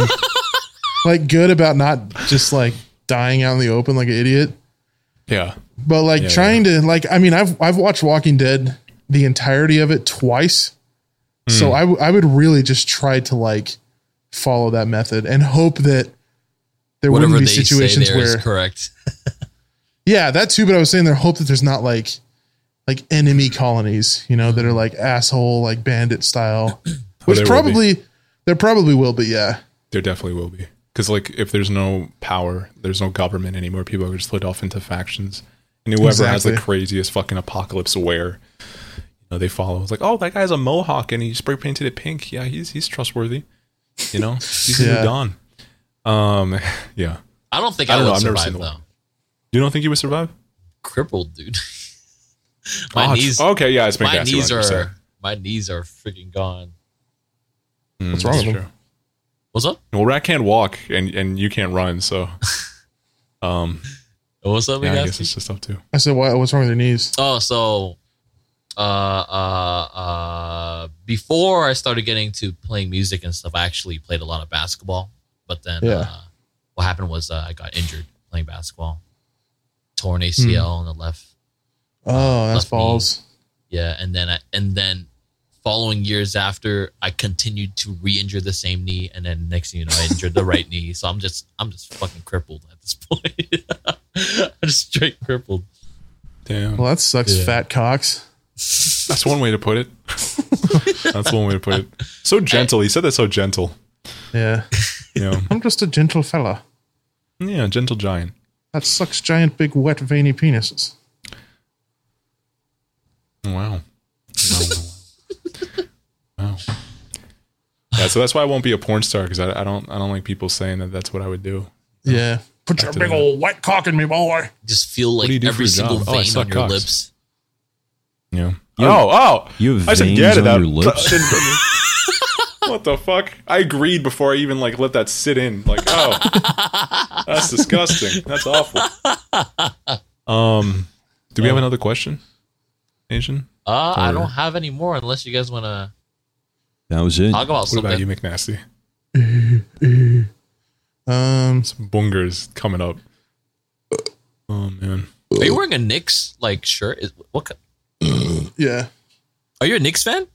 S4: like good about not just like dying out in the open like an idiot,
S1: Yeah.
S4: but like
S1: Yeah,
S4: trying to like I mean I've I've watched Walking Dead the entirety of it twice.
S2: Hmm.
S4: So I, w- I would really just try to like follow that method and hope that there
S2: Whatever
S4: wouldn't
S2: they
S4: be situations
S2: say there is
S4: where
S2: correct.
S4: yeah, that too. But I was saying there, hope that there's not like like enemy colonies, you know, that are like asshole, like bandit style,
S2: Oh,
S4: which
S1: there will be.
S4: probably there probably will be. Yeah,
S1: There definitely will be. Because like if there's no power, there's no government anymore. People are split off into factions, and whoever has the
S4: Exactly.
S1: craziest fucking apocalypse wear, you know, they follow. It's like, oh, that guy's a mohawk and he spray painted it pink. Yeah, he's he's trustworthy. You know, he's a
S4: Yeah.
S1: new Don. Um, yeah.
S2: I don't think
S1: I
S2: I,
S1: don't
S2: would
S1: know, I've never
S2: survive
S1: seen
S2: though.
S1: one. You don't think you would survive?
S2: Crippled, dude. my
S1: Oh, it's-
S2: knees,
S1: Okay, yeah, it's been
S2: my
S1: gassy,
S2: knees
S1: 100%.
S2: are, my knees are freaking gone.
S1: Mm,
S4: What's wrong
S1: that's
S4: with him?
S1: true.
S2: What's up?
S1: Well, Rat can't walk and and you can't run, so um,
S2: What's up,
S1: yeah, I
S2: Legaspi?
S1: guess it's just up to.
S4: I said, why, what's wrong with your knees?
S2: Oh, so uh, uh, uh, before I started getting to playing music and stuff, I actually played a lot of basketball. But then
S4: Yeah.
S2: uh, what happened was uh, I got injured playing basketball, torn ACL
S1: Hmm.
S2: on the left.
S4: Oh, that's
S2: left knee.
S4: balls.
S2: Yeah, and then I, and then following years after, I continued to re-injure the same knee, and then next thing you know, I injured the right knee. So I'm just I'm just fucking crippled at this point. I'm just straight crippled.
S1: Damn.
S4: Well, that sucks,
S2: Yeah.
S4: fat cocks.
S1: That's one way to put it. That's one way to put it. So gentle. He said that so gentle.
S4: Yeah,
S1: You know,
S4: I'm just a gentle fella.
S1: yeah, gentle giant.
S4: That sucks, giant, big, wet, veiny penises.
S1: Wow. Wow, Wow. wow. Wow. Yeah, so that's why I won't be a porn star because I, I don't I don't like people saying that that's what I would do.
S2: Oh.
S4: Yeah, put your
S1: did
S4: big
S1: that.
S4: old wet cock in me, boy.
S2: Just feel
S1: do you
S2: like
S1: do for
S2: every
S1: your
S2: single
S1: job? Oh, I
S2: vein
S1: suck
S2: on your
S1: cocks.
S2: lips.
S3: You know, you have-
S1: Oh, oh!
S3: you have
S1: I said
S3: veins
S1: yeah to
S3: on
S1: that.
S3: your lips.
S1: what the fuck? I agreed before I even like let that sit in. Like, oh, that's disgusting. That's awful. Um, do we have another question, Asian?
S2: Uh, I
S1: Or-
S2: don't have any more unless you guys want to
S3: that was it.
S2: talk about
S1: What
S2: something.
S1: about you, McNasty?
S4: Um,
S1: Boongers coming up. Oh man,
S2: Are you wearing a Knicks like shirt? Is, what? co-
S4: yeah,
S2: Are you a Knicks fan?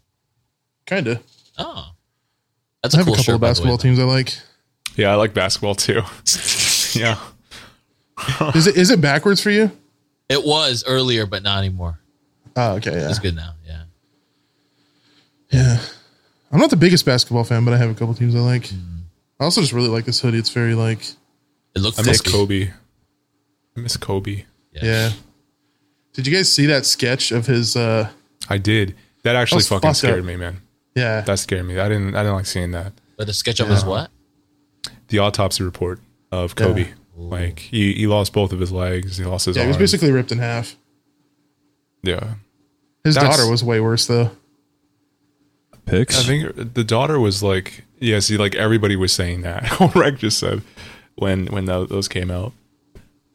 S4: kind of.
S2: Oh, that's
S4: I
S2: a
S4: have
S2: cool
S4: a couple
S2: shirt.
S4: of
S2: by the way,
S4: basketball
S2: though.
S4: teams I like.
S1: yeah, I like basketball too. yeah,
S4: Is it is it backwards for you?
S2: It was earlier, but not anymore.
S4: Oh, okay, yeah,
S2: It's good now. Yeah.
S4: yeah. I'm not the biggest basketball fan, but I have a couple teams I like. I also just really like this hoodie. It's very like,
S2: It looked
S1: I miss
S2: thick.
S1: Kobe. I miss Kobe.
S4: yeah. Did you guys see that sketch of his? uh
S1: I did. That actually
S4: was
S1: fucking
S4: fucked
S1: scared
S4: up.
S1: me, man.
S4: Yeah,
S1: That scared me. I didn't. I didn't like seeing that.
S2: But the sketch of his what?
S1: The autopsy report of Kobe. Like he, he lost both of his legs. He lost his.
S4: yeah. He was
S1: arms.
S4: basically ripped in half.
S1: Yeah.
S4: His
S1: That's-
S4: daughter was way worse though.
S1: I
S3: Picks.
S1: think the daughter was like, yeah, see, like everybody was saying that. Reg just said when when tho- those came out.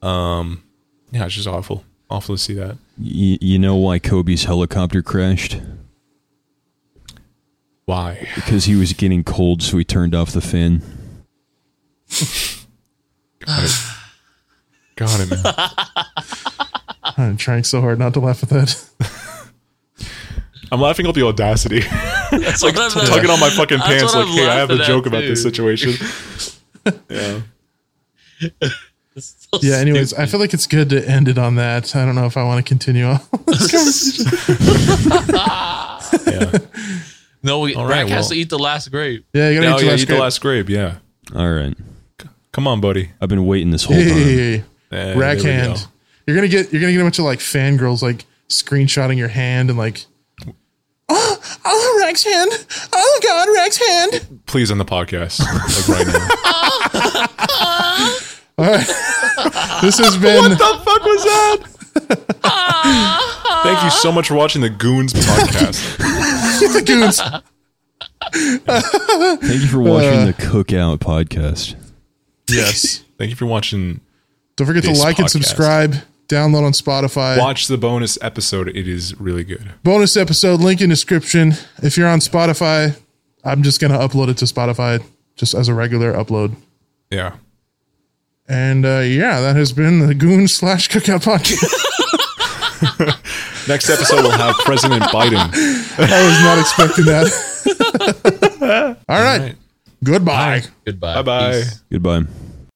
S1: Um, yeah, it's just awful, awful to see that.
S3: Y- you know why Kobe's helicopter crashed?
S1: Why?
S3: Because he was getting cold, so he turned off the fan.
S1: Got it, Got it man.
S4: I'm trying so hard not to laugh at that.
S1: I'm laughing at the audacity.
S2: That's like
S1: I'm tugging on my fucking
S2: That's
S1: pants,
S2: what
S1: like,
S2: I'm
S1: hey, I have a
S2: laughing at,
S1: joke about this
S2: too.
S1: situation. yeah.
S4: yeah. Anyways, I feel like it's good to end it on that. I don't know if I want to continue on.
S1: Yeah.
S2: no, we
S1: All right,
S2: Rack has
S1: well-
S2: to eat the last grape.
S4: yeah, you gotta
S1: Now,
S4: eat your
S1: yeah,
S4: last
S1: eat the
S4: grape.
S1: last grape. Yeah.
S3: All right,
S1: Come on, budody.
S3: I've been waiting this whole time.
S4: Hey,
S1: Eh,
S4: rack
S1: there we
S4: hand.
S1: go.
S4: You're gonna get you're gonna get a bunch of like fangirls like screenshotting your hand and like Oh, oh Rack's hand. Oh god, Rack's hand.
S1: Please end the podcast like right now.
S4: This has been
S1: the fuck was that? Thank you so much for watching the Goons podcast.
S4: the goons.
S3: Thank you for watching the Cookout podcast.
S4: Yes.
S1: Thank you for watching.
S4: Don't forget
S1: This
S4: to like and
S1: podcast.
S4: subscribe. Download on Spotify.
S1: Watch the bonus episode. It is really good.
S4: Bonus episode link in description. If you're on Spotify, I'm just gonna upload it to Spotify just as a regular upload.
S1: Yeah.
S4: And uh, yeah, that has been the Goon slash Cookout Podcast.
S1: Next episode, we'll have President Biden.
S4: I was not expecting that. All
S1: All
S4: right.
S1: right.
S4: Goodbye.
S2: Goodbye.
S1: Bye bye.
S2: Peace.
S3: Goodbye.